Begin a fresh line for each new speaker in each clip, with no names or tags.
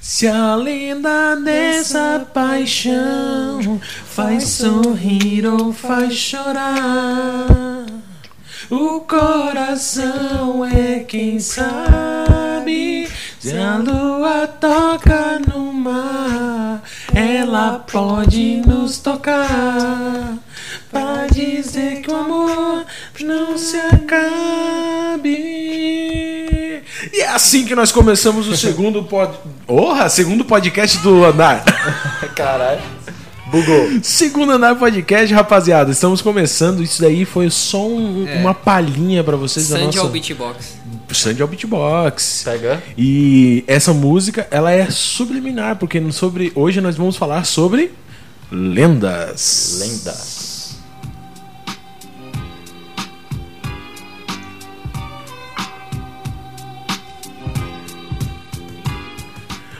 Se a lenda dessa paixão faz sorrir ou faz chorar, o coração é quem sabe. Se a lua toca no mar, ela pode nos tocar. Pra dizer que o amor não se acabe. E é assim que nós começamos o segundo pod... Orra, segundo podcast do Andar.
Caralho. Bugou.
Segundo Andar Podcast, rapaziada. Estamos começando. Isso daí foi só um- uma palhinha pra vocês da
É. Sandy
nossa...
ao beatbox.
Sandy ao Beatbox.
Pega.
E essa música, ela é subliminar, porque no- sobre hoje nós vamos falar sobre lendas.
Lenda.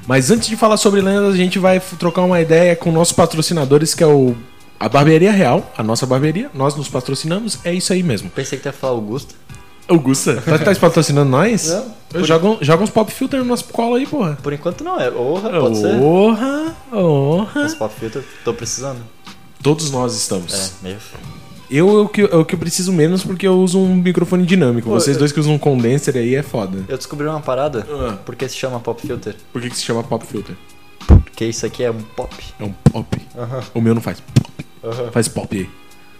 Mas antes de falar sobre lendas, a gente vai f- trocar uma ideia com nossos patrocinadores, que é o a Barbearia Real, a nossa barbearia, nós nos patrocinamos, é isso aí mesmo.
Pensei que tu ia falar Augusto.
Augusta, tá, tá patrocinando nós?
Não.
Eu joga, um- joga uns pop filter no nosso colo aí, porra.
Por enquanto não é. Orra, pode ser.
Porra, porra.
Os pop filter, tô precisando.
Todos nós estamos.
É, meio.
Eu é o, que, é o que eu preciso menos porque eu uso um microfone dinâmico.
Pô,
Vocês
eu-
dois que usam um condenser aí é foda.
Eu descobri uma parada.
Ah.
Por que se chama pop filter?
Por que, que se chama pop filter?
Porque isso aqui é um pop.
É um pop. O meu não faz. Faz pop aí.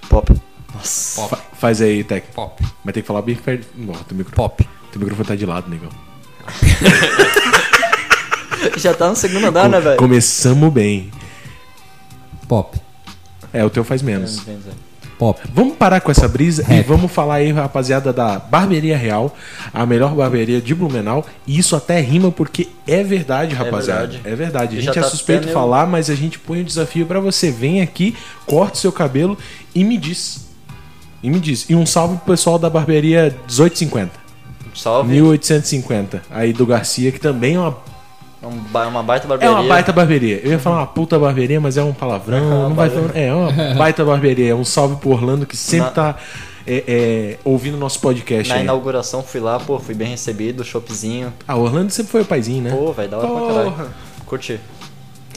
Pop. Nossa.
Fa- faz aí, Tec.
Pop.
Mas tem que falar bem perto. Não, teu, micro...
Pop.
teu microfone tá de lado, negão.
Já tá no segundo andar, né, velho?
Começamos bem.
Pop.
É, o teu faz menos.
Pop.
Vamos parar com essa brisa e
Rap.
vamos falar aí, rapaziada, da Barbearia Real, a melhor barbearia de Blumenau. E isso até rima porque é verdade, rapaziada. É verdade.
verdade.
A
E
gente
já
é
tá
suspeito
até meio-
falar, mas a gente põe o desafio pra você. Vem aqui, corta o seu cabelo e me diz. E me diz. E um salve pro pessoal da Barbearia 1850.
Salve.
1850. Aí do Garcia, que também é uma
Um ba- uma baita
É
barbearia.
uma baita barbearia. Eu ia falar uma puta barbearia, mas é um palavrão. não vai falar- É, é uma baita barbearia. Um salve pro Orlando que sempre
Na-
tá é, é, ouvindo nosso podcast.
Na
aí.
inauguração fui lá, pô, fui bem recebido, shopzinho.
Ah, o Orlando sempre foi o paizinho, né?
Pô, velho, da hora pra
Porra.
caralho. Curti.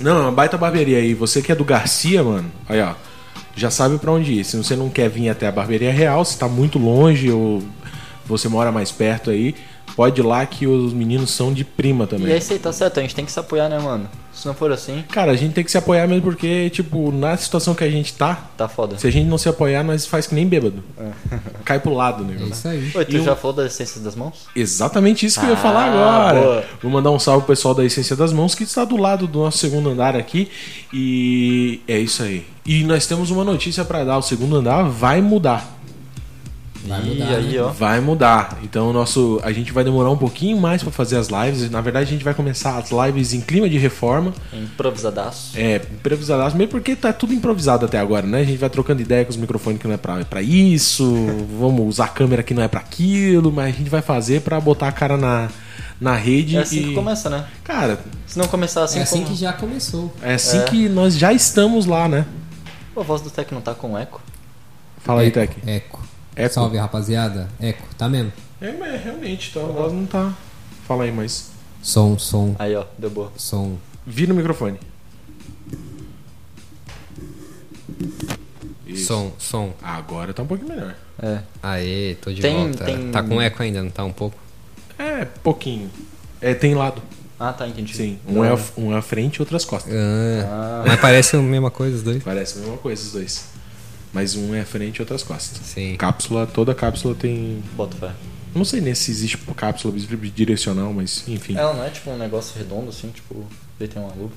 Não, é uma baita barbearia aí. Você que é do Garcia, mano, aí ó, já sabe pra onde ir. Se você não quer vir até a barbearia real, se tá muito longe ou você mora mais perto aí, pode ir lá que os meninos são de prima também.
E é isso aí, tá certo, a gente tem que se apoiar, né, mano? Se não for assim,
Cara, a gente tem que se apoiar mesmo porque, tipo, na situação que a gente tá,
tá foda.
Se a gente não se apoiar, nós faz que nem bêbado.
É.
Cai pro lado,
É
negócio.
isso aí.
Oi, tu
E um-
já falou das essências das mãos?
Exatamente isso que eu ia
Ah,
falar agora.
boa.
Vou mandar um salve pro pessoal da Essência das Mãos, que está do lado do nosso segundo andar aqui. E é isso aí. E nós temos uma notícia pra dar. O segundo andar vai mudar.
Vai
e
mudar,
aí,
né?
ó.
Vai mudar. Então o nosso, a gente vai demorar um pouquinho mais pra fazer as lives. Na verdade, a gente vai começar as lives em clima de reforma.
Improvisadaço.
É, improvisadaço, mesmo porque tá tudo improvisado até agora, né? A gente vai trocando ideia com os microfones que não é pra, pra isso, vamos usar a câmera que não é pra aquilo, mas a gente vai fazer pra botar a cara na, na rede
É assim
e.
que começa, né?
Cara,
Se não começar assim,
É assim
como...
que já começou.
é assim
É.
que nós já estamos lá, né?
Pô, a voz do Tec não tá com eco.
Fala aí,
Eco,
Tec.
Eco.
Eco.
Salve, rapaziada. Eco, tá mesmo?
É, mas realmente, tá, a voz não tá. Fala aí, mas.
Som, som,
Aí, ó, deu boa.
som.
Vira o microfone. Isso.
Som, som.
Agora tá um pouquinho melhor.
É.
Aê, tô de
Tem-
volta.
tem-
Tá com eco ainda, não tá um pouco?
É, pouquinho. É, tem lado.
Ah, tá, entendi.
Sim. Um é, a- um é a frente e outro as costas.
Ah, Mas parece a mesma coisa os dois.
Parece a mesma coisa os dois. Mas um é frente e outro as costas.
Sim.
Cápsula, toda cápsula tem.
Bota fé.
Não sei nem se existe cápsula bidirecional, mas enfim.
Ela não é tipo um negócio redondo, assim, tipo... Ele tem uma luva.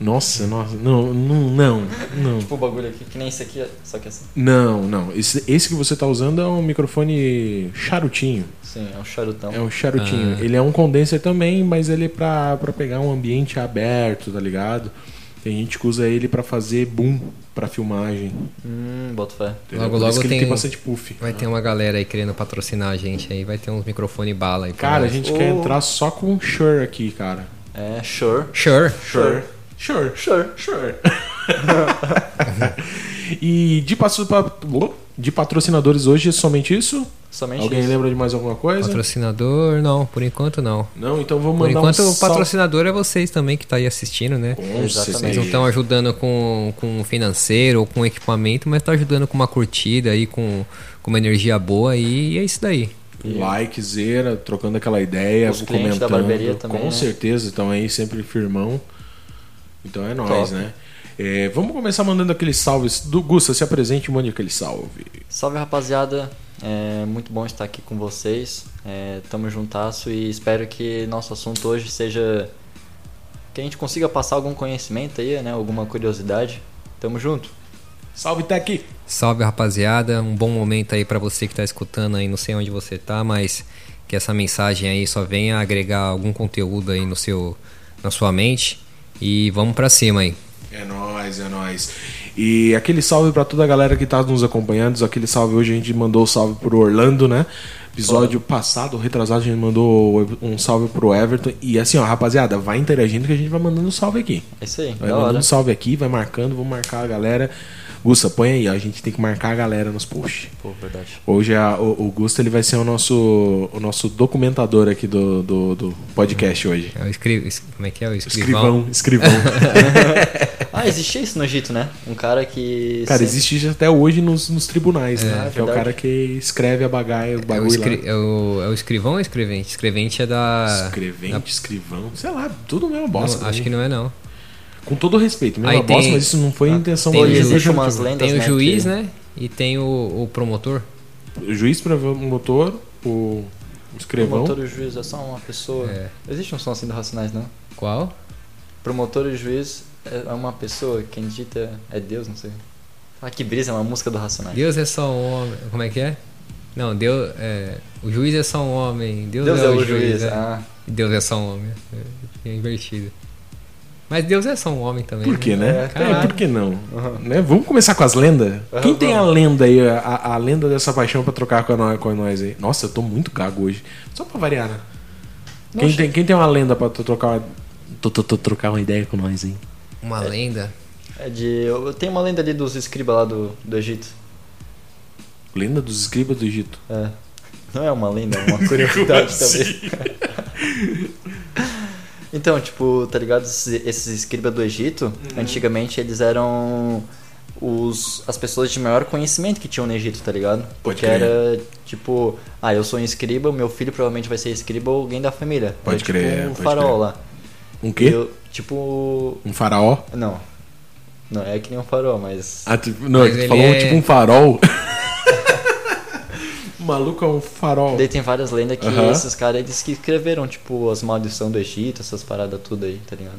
Nossa, nossa. Não, não, não. Não,
Tipo o bagulho aqui, que nem esse aqui, só que assim.
não. não. Esse, esse que você tá usando é um microfone charutinho.
Sim, é um charutão.
É um charutinho.
Ah.
Ele é um condenser também, mas ele é pra, pra pegar um ambiente aberto, tá ligado? Tem gente que usa ele pra fazer boom pra filmagem.
Hum, bota fé.
entendeu?
Logo,
Por
logo
isso que ele tem
tem-
bastante puff.
Vai ter uma galera aí querendo patrocinar a gente aí, vai ter uns microfone bala aí. pra
Cara, a
nós.
gente quer
Ô.
entrar só com um Shure aqui, cara.
É, sure.
Sure.
Sure. Sure.
Sure.
Sure. e de passo para De patrocinadores hoje, é somente isso?
Somente
Alguém
isso.
lembra de mais alguma coisa?
Patrocinador, não, por enquanto não.
Não, então vou
Por
é. mandar
enquanto,
um
o patrocinador é vocês também que tá aí assistindo, né? Vocês não estão ajudando com, com financeiro ou com equipamento, mas tá ajudando com uma curtida aí, com, com uma energia boa e é isso daí.
Likezera, trocando aquela ideia,
Os clientes
comentando.
da barbearia também,
com
né?
certeza, estão aí sempre firmão. Então é nóis,
Top.
né? É, vamos começar mandando aqueles salves. Do Gusta, se apresente e mande aquele salve.
Salve rapaziada, é muito bom estar aqui com vocês. É, tamo juntasso e espero que nosso assunto hoje seja. que a gente consiga passar algum conhecimento aí, né? Alguma curiosidade. Tamo junto.
Salve, Tec!
Salve rapaziada, um bom momento aí pra você que tá escutando aí, não sei onde você tá, mas que essa mensagem aí só venha agregar algum conteúdo aí no seu, na sua mente e vamos pra cima aí.
É nóis, é nóis. E aquele salve pra toda a galera que tá nos acompanhando. Aquele salve hoje a gente mandou o salve pro Orlando, né? Episódio passado, retrasado, a gente mandou um salve pro Everton. E assim, ó, rapaziada, vai interagindo que a gente vai mandando um salve aqui.
É isso aí,
Vai
da
mandando
hora.
um salve aqui, vai marcando, vou marcar a galera. Gusta, põe aí, ó, a gente tem que marcar a galera nos posts.
Pô, verdade.
Hoje é a- o, o Gusta ele vai ser o nosso, o nosso documentador aqui do, do, do podcast hoje.
É o escri... es- Como é que é? O escrivão.
Escrivão, escrivão.
Ah, existia isso no Egito, né? Um cara que.
cara,
se-
existe isso até hoje nos, nos tribunais, né?
É
Que é o
verdade.
cara que escreve a bagaia, o
É o,
bagulho
escri...
lá.
é, o... é o escrivão ou escrevente? Escrevente é da.
Escrevente, escrivão, sei lá, tudo mesmo
Não,
bosta.
acho
né?
que não é não.
Com todo respeito, mesmo
Aí
a bosta,
tem- Ah,
mas isso não foi a intenção
tem
Pô,
o
do
juiz,
existe
legislativo.
umas lendas.
Tem o
né,
juiz,
que-
né? E tem o, o promotor.
O juiz promotor, o escrivão.
Promotor e juiz é só uma pessoa.
É.
Existe um som assim do Racionais, não?
Qual?
Promotor e juiz é uma pessoa, quem dita é Deus, não sei. Ah, que brisa, é uma música do Racionais.
Deus é só um homem. Como é que é? Não, Deus. É... O juiz é só um homem. Deus,
Deus
é, o juiz. é.
Ah,
Deus é só um homem. É, é invertido. Mas Deus é só um homem também.
Por que, né?
É,
É,
caralho.
por que não? Né? Vamos começar com as lendas?
Aham,
Quem tem a
vamos.
lenda aí, a, a lenda dessa paixão pra trocar com nós, com nós aí? Nossa, eu tô muito gago hoje. Só pra variar, né? Quem tem, quem tem uma lenda pra tu trocar uma... tu- tu- tu trocar uma ideia com nós, hein?
Uma lenda.
é de. Eu tenho uma lenda ali dos escribas lá do, do Egito.
Lenda dos escribas do Egito.
É. Não é uma lenda, é uma curiosidade também.
assim?
então, tipo, tá ligado? Esses, esses escribas do Egito,
Uhum.
antigamente eles eram os, as pessoas de maior conhecimento que tinham no Egito, tá ligado?
Pode
Porque
crer.
era tipo, ah, eu sou um escriba, meu filho provavelmente vai ser escriba ou alguém da família.
Pode
era,
crer,
Tipo, um
pode
farol
crer.
lá.
Um
E
quê?
eu, tipo.
Um faraó?
Não. Não é que nem um farol, mas.
Ah, tu- não,
Mas
tu
ele
falou
é-
tipo um farol. O Maluco é um farol.
Daí tem várias lendas que
Aham.
esses caras eles que escreveram, tipo, as maldições do Egito, essas paradas tudo aí, tá ligado?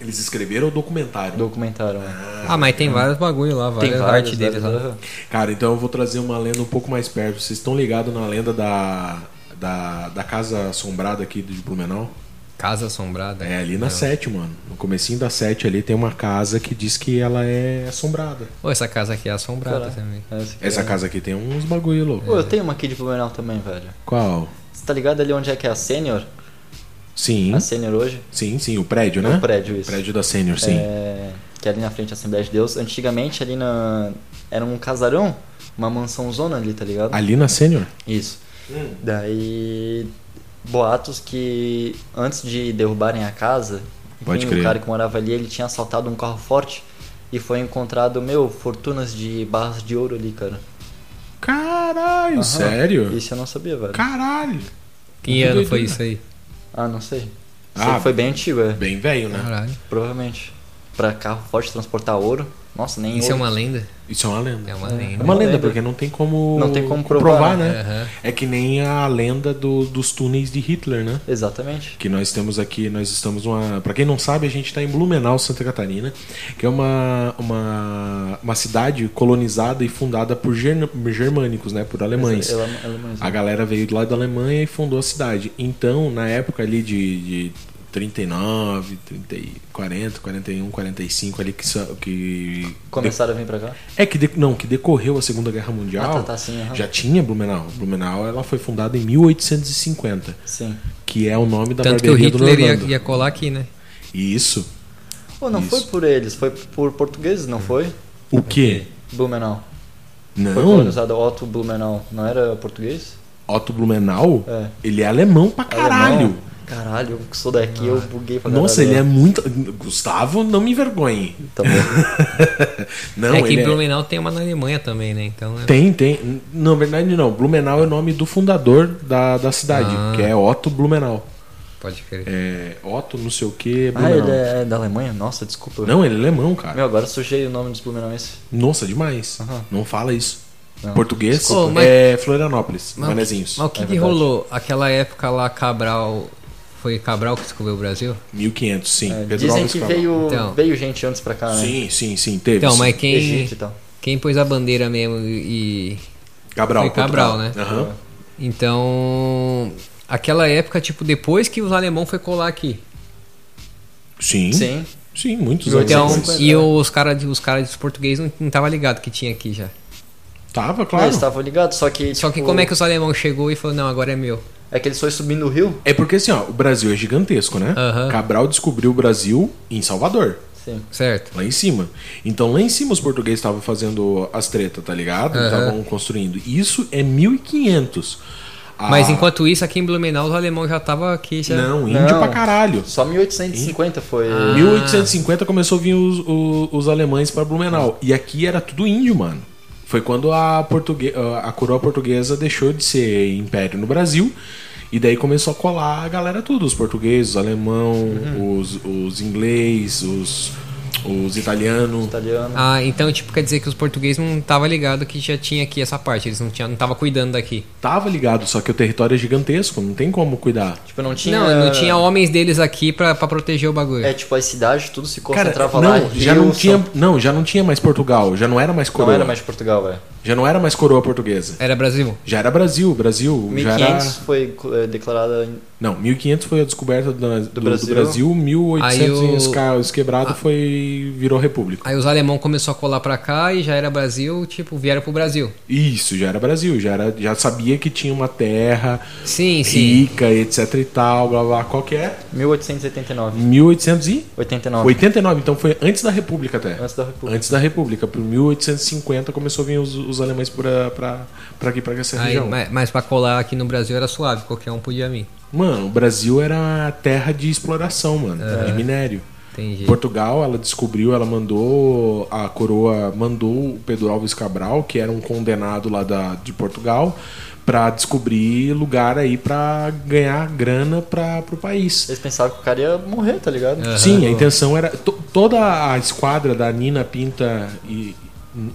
Eles escreveram o documentário.
Documentaram, né?
Ah, mas tem vários bagulho lá,
Tem
várias
várias,
artes deles né?
várias,
lá.
aham.
Cara, então eu vou trazer uma lenda um pouco mais perto. Vocês estão ligados na lenda da, da, da casa assombrada aqui de Blumenau?
Casa assombrada.
É ali na 7, mano. No comecinho da 7 ali tem uma casa que diz que ela é assombrada.
Pô, essa casa aqui é assombrada
Caralho.
também.
Essa, aqui
Essa
é-
casa aqui tem uns bagulho louco.
Pô, eu tenho uma aqui de Blumenau também, velho.
Qual?
Você tá ligado ali onde é que é a Sênior?
Sim.
A Sênior hoje?
Sim, sim, o prédio, Hum? né?
É O prédio, isso.
Prédio da Sênior, sim.
É, que é ali na frente da Assembleia de Deus. Antigamente ali na... Era um casarão, uma mansão zona ali, tá ligado?
Ali na Sênior?
Isso. Daí. Boatos que antes de derrubarem a casa,
Pode
enfim,
crer.
o cara que morava ali, ele tinha assaltado um carro forte e foi encontrado, meu, fortunas de barras de ouro ali, cara.
Caralho,
Aham.
sério?
Isso eu não sabia, velho.
Caralho.
Que
Muito
ano foi
doido,
isso aí?
Ah, não sei. Sei
Ah.
que foi bem antigo, é.
Bem velho, né?
Caralho.
Provavelmente. Pra carro forte transportar ouro. Nossa, nem
Isso é
ouro.
uma lenda?
Isso é uma lenda.
É uma
É
lenda.
uma
Uma
lenda,
lenda.
porque não tem como.
Não tem como
provar,
provar,
né?
Aham.
É que nem a lenda do- dos túneis de Hitler, né?
Exatamente.
Que nós temos aqui, nós estamos uma. Pra quem não sabe, a gente está em Blumenau, Santa Catarina, que é uma, uma, uma cidade colonizada e fundada por gerna- germânicos, né? Por alemães.
Ela- ela- ela-
A galera veio de lá da Alemanha e fundou a cidade. Então, na época ali de, de 39, 30, e 40, 41, 45, ali que. só- que
Começaram a vir pra cá?
é que de- não, que decorreu a Segunda Guerra Mundial.
Ah, tá, tá, sim, aham.
Já tinha Blumenau. Blumenau ela foi fundada em 1850,
Sim.
que é o nome da
Tanto que o
barbearia do
Hitler ia,
Normando.
ia colar aqui, né?
E Isso.
Pô, não
Isso. Hum.
foi por eles, foi por portugueses, não foi?
O quê?
Blumenau.
Não.
Foi colonizado Otto Blumenau. Não era português?
Otto Blumenau,
É.
ele é alemão pra caralho.
Alemão. Caralho, eu que sou daqui, eu buguei pra
Nossa,
caralho.
ele é muito. Gustavo, não me envergonhe.
Tá bom.
Não,
é que
ele é-
Blumenau tem uma na Alemanha também, né? Então é-
Tem, tem. Na verdade, não. Blumenau é o nome do fundador da, da cidade,
Ah.
que é Otto Blumenau.
pode crer.
É, Otto, não sei o que,
Ah,
Blumenau.
ele é da Alemanha? Nossa, desculpa.
Não, ele é alemão, cara.
Meu, agora sujei o nome dos Blumenauenses.
Nossa, demais.
Aham.
Não fala isso.
Não.
Português
Desculpa. Ô, mas-
é Florianópolis,
Mas-
Manezinhos.
Mas o que,
É
que
verdade.
rolou? Aquela época lá, Cabral. Foi Cabral que descobriu o Brasil?
1500, sim.
É,
Pedro
dizem
Álvares
que
Cabral.
veio,
Então.
veio gente antes pra cá, né?
Sim, sim, sim, teve.
Então,
sim.
mas quem,
Egito e tal.
quem pôs a bandeira mesmo e.
Cabral.
Foi Cabral,
Portugal.
né?
Aham.
Então. Aquela época, tipo, depois que os alemão foi colar aqui.
Sim. Sim.
Sim.
muitos anos
Então,
depois.
e os caras os cara dos portugueses não, não tava ligado que tinha aqui já.
Tava,
Não,
claro.
Eles estavam ligados, só que.
Só que
tipo,
como é que os alemão chegou e falou, não, agora é meu.
É que eles foram subindo o rio?
É porque assim, ó, o Brasil é gigantesco, né?
Aham.
Cabral descobriu o Brasil em Salvador,
Sim.
Certo?
lá em cima. Então lá em cima os portugueses estavam fazendo as tretas, tá ligado?
Aham.
Estavam construindo. Isso é 1500. Ah,
Mas enquanto é- isso, aqui em Blumenau, os alemão já tava aqui já.
Não, índio
Não.
pra caralho.
Só 1850 foi.
Ah.
1850 começou a vir os, o- os alemães pra Blumenau. E aqui era tudo índio, mano. Foi quando a, portugue- a coroa portuguesa deixou de ser império no Brasil. E daí começou a colar a galera tudo. Os portugueses, os alemão,
Uhum.
os, os inglês, os, os italianos.
Italiano.
Ah, então, tipo, quer dizer que os portugueses não tava ligado que já tinha aqui essa parte. Eles não, tinha, não tava cuidando daqui.
Tava ligado, só que o território é gigantesco. Não tem como cuidar.
Tipo, não tinha.
Não, não tinha homens deles aqui pra, pra proteger o bagulho.
É, tipo, as cidades, tudo se
Cara,
concentrava lá.
não, já
Rio,
não tinha,
São-
não, já não tinha mais Portugal. Já não era mais
Não
coroa.
era mais Portugal, é.
Já não era mais coroa portuguesa.
Era Brasil.
Já era Brasil, Brasil. já era...
1500 foi é, declarada. em-
Não, 1500 foi a descoberta da- do, do Brasil.
Brasil.
1800
Aí o-
e os ca- os quebrados foi virou república.
Aí os alemão começou a colar pra cá e já era Brasil, tipo, vieram pro Brasil.
Isso, já era Brasil, já era, já sabia que tinha uma terra
Sim, sim.
rica, etc e tal, blá blá, qual que é?
1889.
1889,
89.
então foi antes da república até.
Antes da República.
Antes da república, por 1850 começou a vir os, os alemães pra, pra, pra aqui, pra essa
Aí,
região.
mas, mas pra colar aqui no Brasil era suave, qualquer um podia vir.
Mano, o Brasil era terra de exploração, mano, de minério.
É. Entendi.
Portugal, ela descobriu, ela mandou a coroa, mandou o Pedro Alves Cabral, que era um condenado lá da, de Portugal, pra descobrir lugar aí pra ganhar grana para pro país.
Eles pensavam que o cara ia morrer, tá ligado?
Sim, a intenção era to- toda a esquadra da Nina Pinta e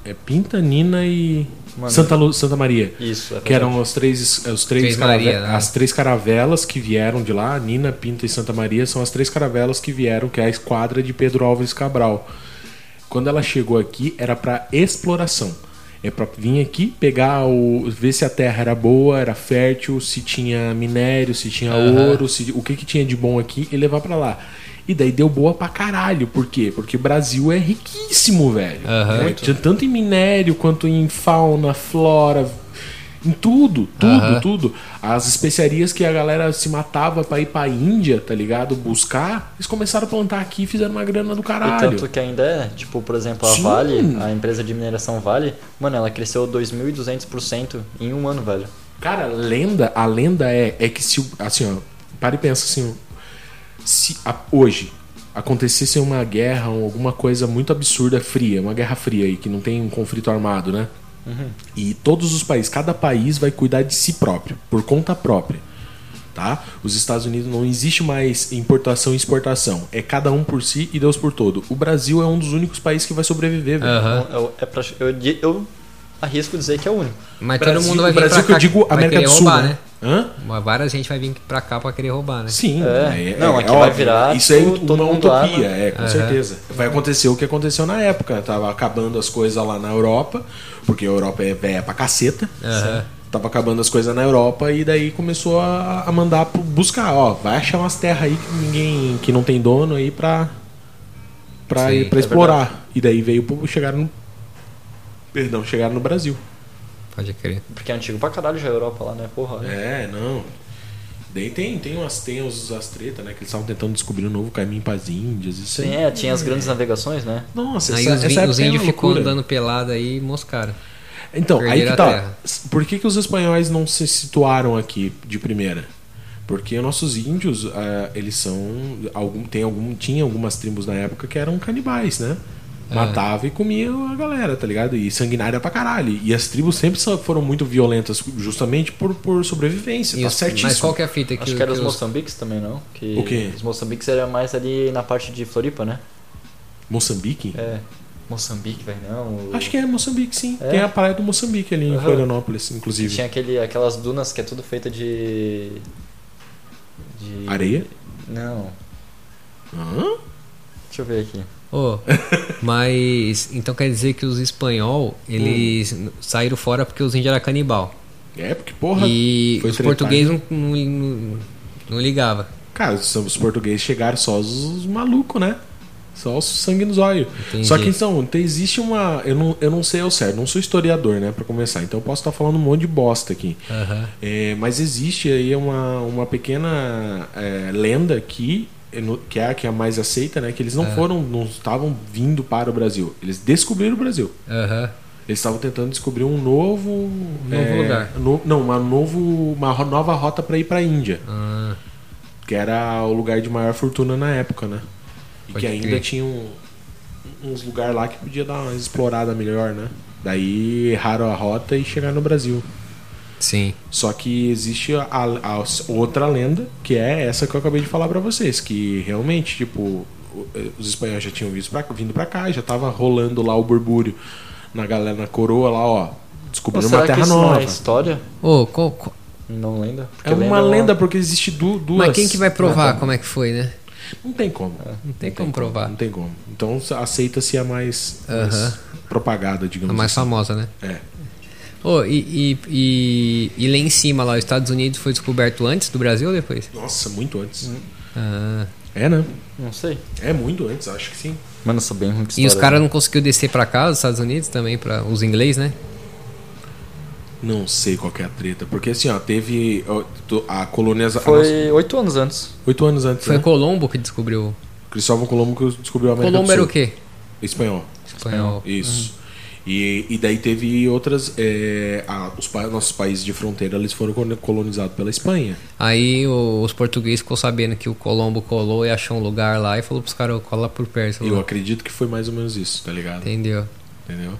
é Pinta, Nina e
Mano.
Santa Lu- Santa Maria.
Isso, é
Que eram os três, os três,
Três
carave-
Maria, né?
as três caravelas que vieram de lá, Nina, Pinta e Santa Maria, são as três caravelas que vieram, que é a esquadra de Pedro Alves Cabral. Quando ela chegou aqui, era para exploração. É para vir aqui, pegar o. ver se a terra era boa, era fértil, se tinha minério, se tinha ouro, se, o que, que tinha de bom aqui e levar para lá. E daí deu boa pra caralho. Por quê? Porque o Brasil é riquíssimo, velho.
Aham.
É, tinha tanto em minério quanto em fauna, flora, em tudo, tudo,
Aham.
tudo. As especiarias que a galera se matava pra ir pra Índia, tá ligado? Buscar, eles começaram a plantar aqui e fizeram uma grana do
E
caralho.
tanto que ainda é, tipo, por exemplo, a
Sim.
Vale, a empresa de mineração Vale, mano, ela cresceu 2.200% em um ano, velho.
Cara, lenda, a lenda é, é que se, o- assim, ó, para e pensa assim, ó, se a- hoje acontecesse uma guerra ou alguma coisa muito absurda, fria, uma guerra fria aí, que não tem um conflito armado, né? E todos os países, cada país vai cuidar de si próprio, por conta própria, tá? Os Estados Unidos não existe mais importação e exportação, é cada um por si e Deus por todo. O Brasil é um dos únicos países que vai sobreviver, velho.
Aham.
Eu, é pra- eu, di- eu arrisco dizer que é o único.
Mas
Brasil-
todo mundo vai
o
vir
Brasil
pra
que eu
cá,
digo
vai
América
querer
do Sul,
roubar,
né? Hã?
Mas Várias gente vai vir pra cá pra querer roubar, né?
Sim,
É. Não, aqui vai virar
Isso é
tu- todo
uma
mundo arma.
utopia, é, com certeza. Vai acontecer o que aconteceu na época. Tava acabando as coisas lá na Europa, porque a Europa é velha pra caceta. né?
Aham.
Tava acabando as coisas na Europa e daí começou a, a mandar pro- buscar, ó, vai achar umas terras aí que ninguém. que não tem dono aí pra. pra,
Sim,
ir, pra
é
explorar. E daí veio pro. chegaram no. Perdão, chegaram no Brasil.
Pode crer.
Porque é antigo pra caralho já a Europa lá, né? Porra.
É, não. Daí tem, tem umas, tem os, as tretas, né? Que eles estavam tentando descobrir um novo caminho pras Índias, isso aí.
Sim, é, tinha as grandes navegações, né?
Nossa,
Aí
essa,
os,
essa
vin-
época
os
é uma
índios ficou
loucura.
andando pelado aí e moscaram.
Então, aí
Perderam
que
a
tá.
terra.
Por que, que os espanhóis não se situaram aqui de primeira? Porque nossos índios, ah, eles são. Algum, tem algum, tinha algumas tribos na época que eram canibais, né?
É.
Matava e comia a galera, tá ligado? E sanguinária pra caralho. E as tribos sempre so- foram muito violentas, justamente por, por sobrevivência.
E
tá
os-
certíssimo.
mas qual que é a fita?
Acho que era
que
os Moçambiques também, não? Que
O quê?
Os Moçambiques era mais ali na parte de Floripa, né?
Moçambique?
É. Moçambique, velho, não. o-
Acho que é Moçambique, sim.
É?
Tem a praia do Moçambique ali em
Aham.
Florianópolis, inclusive.
Tinha aquele, aquelas dunas que é tudo feita de. de-
Areia?
Não.
Hã?
Deixa eu ver aqui.
Ô, mas então quer dizer que os espanhol eles saíram fora porque os índios eram canibal
É, porque porra.
e
foi
os
tretar,
portugueses não, não, não, não ligava.
Cara, os, os portugueses chegaram só os, os malucos, né? Só os sangue nos olhos.
Entendi.
Só que então, tem- existe uma. Eu não, eu não sei ao certo, não sou historiador, né? Pra começar. Então eu posso estar falando um monte de bosta aqui.
Aham.
É, mas existe aí uma, uma pequena é, lenda que, é no- que é a que é a mais aceita, né? Que eles não
É.
foram, não estavam vindo para o Brasil. Eles descobriram o Brasil.
Aham.
Eles estavam tentando descobrir um novo. é,
Novo lugar.
no- não, uma, novo, uma ro- nova rota para ir para a Índia.
Ah,
Que era o lugar de maior fortuna na época, né? E
Pode
que ainda
crer.
tinha um- uns lugares lá que podia dar uma explorada melhor, né? Daí erraram a rota e chegaram no Brasil.
sim.
Só que existe a, a- a outra lenda, que é essa que eu acabei de falar pra vocês, que realmente, tipo, o- os espanhóis já tinham visto pra- vindo pra cá, já tava rolando lá o burbúrio na galera, na coroa lá, ó,
Pô,
descobrindo
será
uma
que
terra
isso
nova.
não é história?
Ô, qual- qual-
Não lenda? Porque
É uma
não-
lenda porque existe du- duas. né?
mas quem que vai provar como é que foi, né?
Não tem como.
Não
É.
tem como provar.
Não tem como. Então aceita-se a mais,
Aham.
mais propagada,
A
digamos
mais famosa, né?
assim. É.
Ô, e, e, e, e lá em cima, lá, os Estados Unidos foi descoberto antes do Brasil ou depois?
Nossa, muito antes.
Ah.
É, né?
Não sei.
É muito antes, acho que sim.
Mano, eu sou bem ruim
E
com história,
os caras
né?
não conseguiu descer pra cá, os Estados Unidos também, para os inglês, né?
Não sei qual que é a treta. Porque assim, ó, teve ó, to- a colonização.
Foi oito anos antes.
Oito anos antes,
Foi
né?
Colombo que descobriu.
Cristóvão Colombo é que descobriu a América
Colombo
do
era
Sul.
o quê?
Espanhol.
Espanhol.
Isso. E, e daí teve outras. é, a- os pa- nossos países de fronteira eles foram colo- colonizados pela Espanha.
Aí o- os portugueses ficou sabendo que o Colombo colou e achou um lugar lá e falou pros caras, cola por perto.
Eu
lá."
acredito que foi mais ou menos isso, tá ligado?
Entendeu?
Entendeu?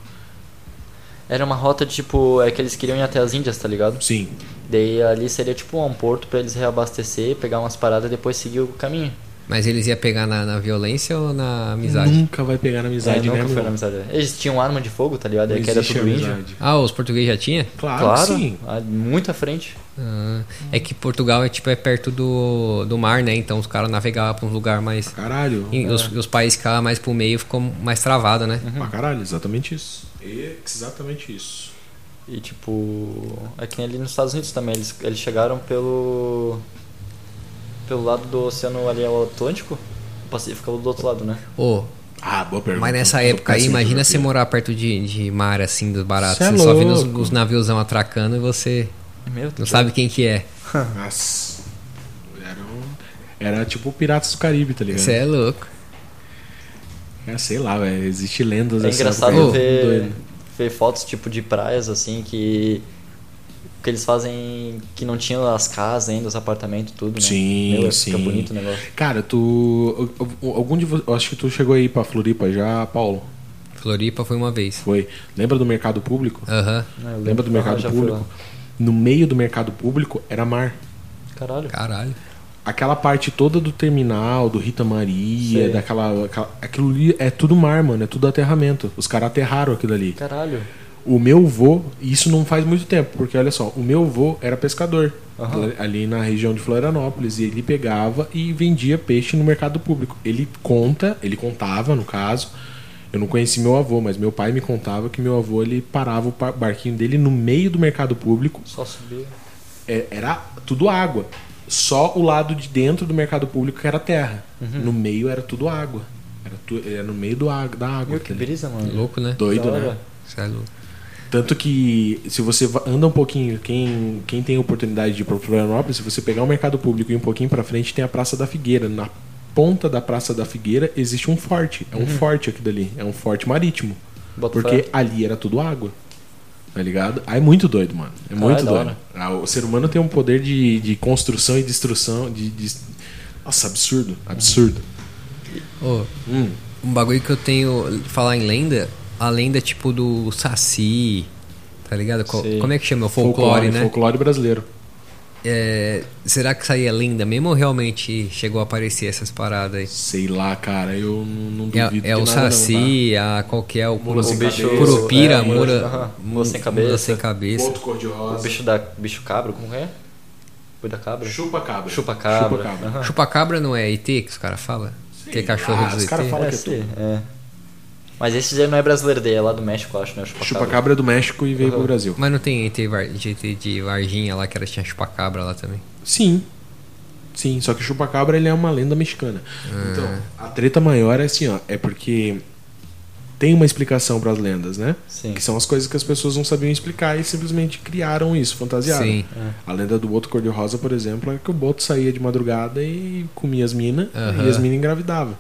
Era uma rota, tipo, é que eles queriam ir até as Índias, tá ligado?
Sim.
Daí ali seria tipo um porto pra eles reabastecer, pegar umas paradas e depois seguir o caminho.
Mas eles iam pegar na, na violência ou na amizade?
Nunca vai pegar na amizade,
é,
né,
nunca foi
meu?
na amizade. Eles tinham arma de fogo, tá ligado?
Não
É que era
existe
tudo índio.
amizade.
Ah, os portugueses já tinha?
Claro,
Claro,
que sim.
a- muito à frente.
Ah, é que Portugal é tipo é perto do, do mar, né? Então os caras navegavam pra um lugar mais.
Caralho.
e os, os países cá mais pro meio ficou mais travado, né?
Uhum. Pra caralho, exatamente isso. Exatamente isso.
E tipo. É que nem ali nos Estados Unidos também. Eles, eles chegaram pelo. pelo lado do oceano ali ao Atlântico. O Pacífico é do outro lado, né?
Ô,
Ah, boa pergunta.
mas
Sou
nessa época aí,
péssimo em
imagina você
geografia.
morar perto de, de mar, assim, dos baratos.
Cê é
Você só vendo os,
louco.
os naviozão atracando e você
Meu
não
Deus.
sabe quem que é.
Nossa. Era, um- era tipo Piratas do Caribe, tá ligado?
Você é louco.
É, sei lá, velho. Existe lendas
É
dessa
engraçado
época.
ver,
Doido.
ver fotos tipo de praias assim que. que eles fazem. que não tinham as casas ainda, os apartamentos, tudo, né?
Sim,
Meu,
sim.
Fica bonito o negócio.
Cara, tu. Algum de vocês. Acho que tu chegou aí pra Floripa já, Paulo.
Floripa foi uma vez.
Foi. Lembra do mercado público?
Aham.
Né, eu
Lembra
lembro-
do
Ah,
mercado
já fui
público? No meio do mercado público era mar.
lá. Caralho.
Caralho.
Aquela parte toda do terminal, do Rita Maria,
Sei.
daquela. aquela- aquilo ali é tudo mar, mano. É tudo aterramento. Os caras aterraram aquilo ali.
Caralho.
O meu vô, e isso não faz muito tempo, porque olha só, o meu vô era pescador né,
Aham.
ali na região de Florianópolis. E ele pegava e vendia peixe no mercado público. Ele conta, ele contava, no caso. Eu não conheci meu avô, mas meu pai me contava que meu avô ele parava o pa- barquinho dele no meio do mercado público
Só subir.
é- era tudo água. Só o lado de dentro do mercado público que era terra.
Uhum.
No meio era tudo água. Era, tu- era no meio do água, da água.
Meu, que
aquele-
brisa, mano.
Louco, né?
Doido,
Da
né?
hora.
Você é louco.
Tanto que se você va- anda um pouquinho, quem, quem tem oportunidade de ir para Florianópolis, se você pegar o mercado público e um pouquinho para frente tem a Praça da Figueira. Na ponta da Praça da Figueira existe um forte. É um forte aqui dali. É um forte marítimo.
Bota
porque
fé.
ali era tudo água. Tá ligado? Ah, é muito doido, mano. É muito
é da
doido.
hora.
Ah, o ser humano tem um poder de, de construção e destruição. De, de- Nossa, absurdo. Absurdo.
Ô,
Hum.
um bagulho que eu tenho falar em lenda, a lenda tipo do Saci, tá ligado? Co-
Sei.
Como é que chama? O folclore, né?
Folclore brasileiro.
É, será que isso aí é lenda mesmo ou realmente chegou a aparecer essas paradas
Sei lá, cara. Eu não, não
aí?
duvido.
É, é
de
o
nada não, tá?
Saci, a qual que é o
Mula sem cabeça.
Curupira,
é,
mula,
aham, mula sem cabeça.
mula sem
tá?
cabeça.
Ponto
O
cor-de-rosa.
bicho da. Bicho cabra, como que é? Boi da cabra?
Chupa cabra.
Chupa cabra.
Chupa cabra.
Aham.
Chupacabra não é ET que os caras falam? Que é cachorro
lá,
dos
os
ET?
cara fala
É,
que é
sim, é. Mas esse já não é brasileiro dele, é lá do México, eu acho, né? O Chupacabra.
Chupa cabra é do México e veio
Aham.
pro Brasil.
Mas não tem ET var- de ET de Varginha lá que era tinha chupacabra lá também.
Sim. Sim, só que o chupacabra ele é uma lenda mexicana. Então, a treta maior é assim, ó, é porque tem uma explicação para as lendas, né?
Sim.
Que são as coisas que as pessoas não sabiam explicar e simplesmente criaram isso, fantasiaram. É.
Sim.
A lenda do boto cor-de-rosa, por exemplo, é que o boto saía de madrugada e comia as minas
Aham.
e as minas engravidavam.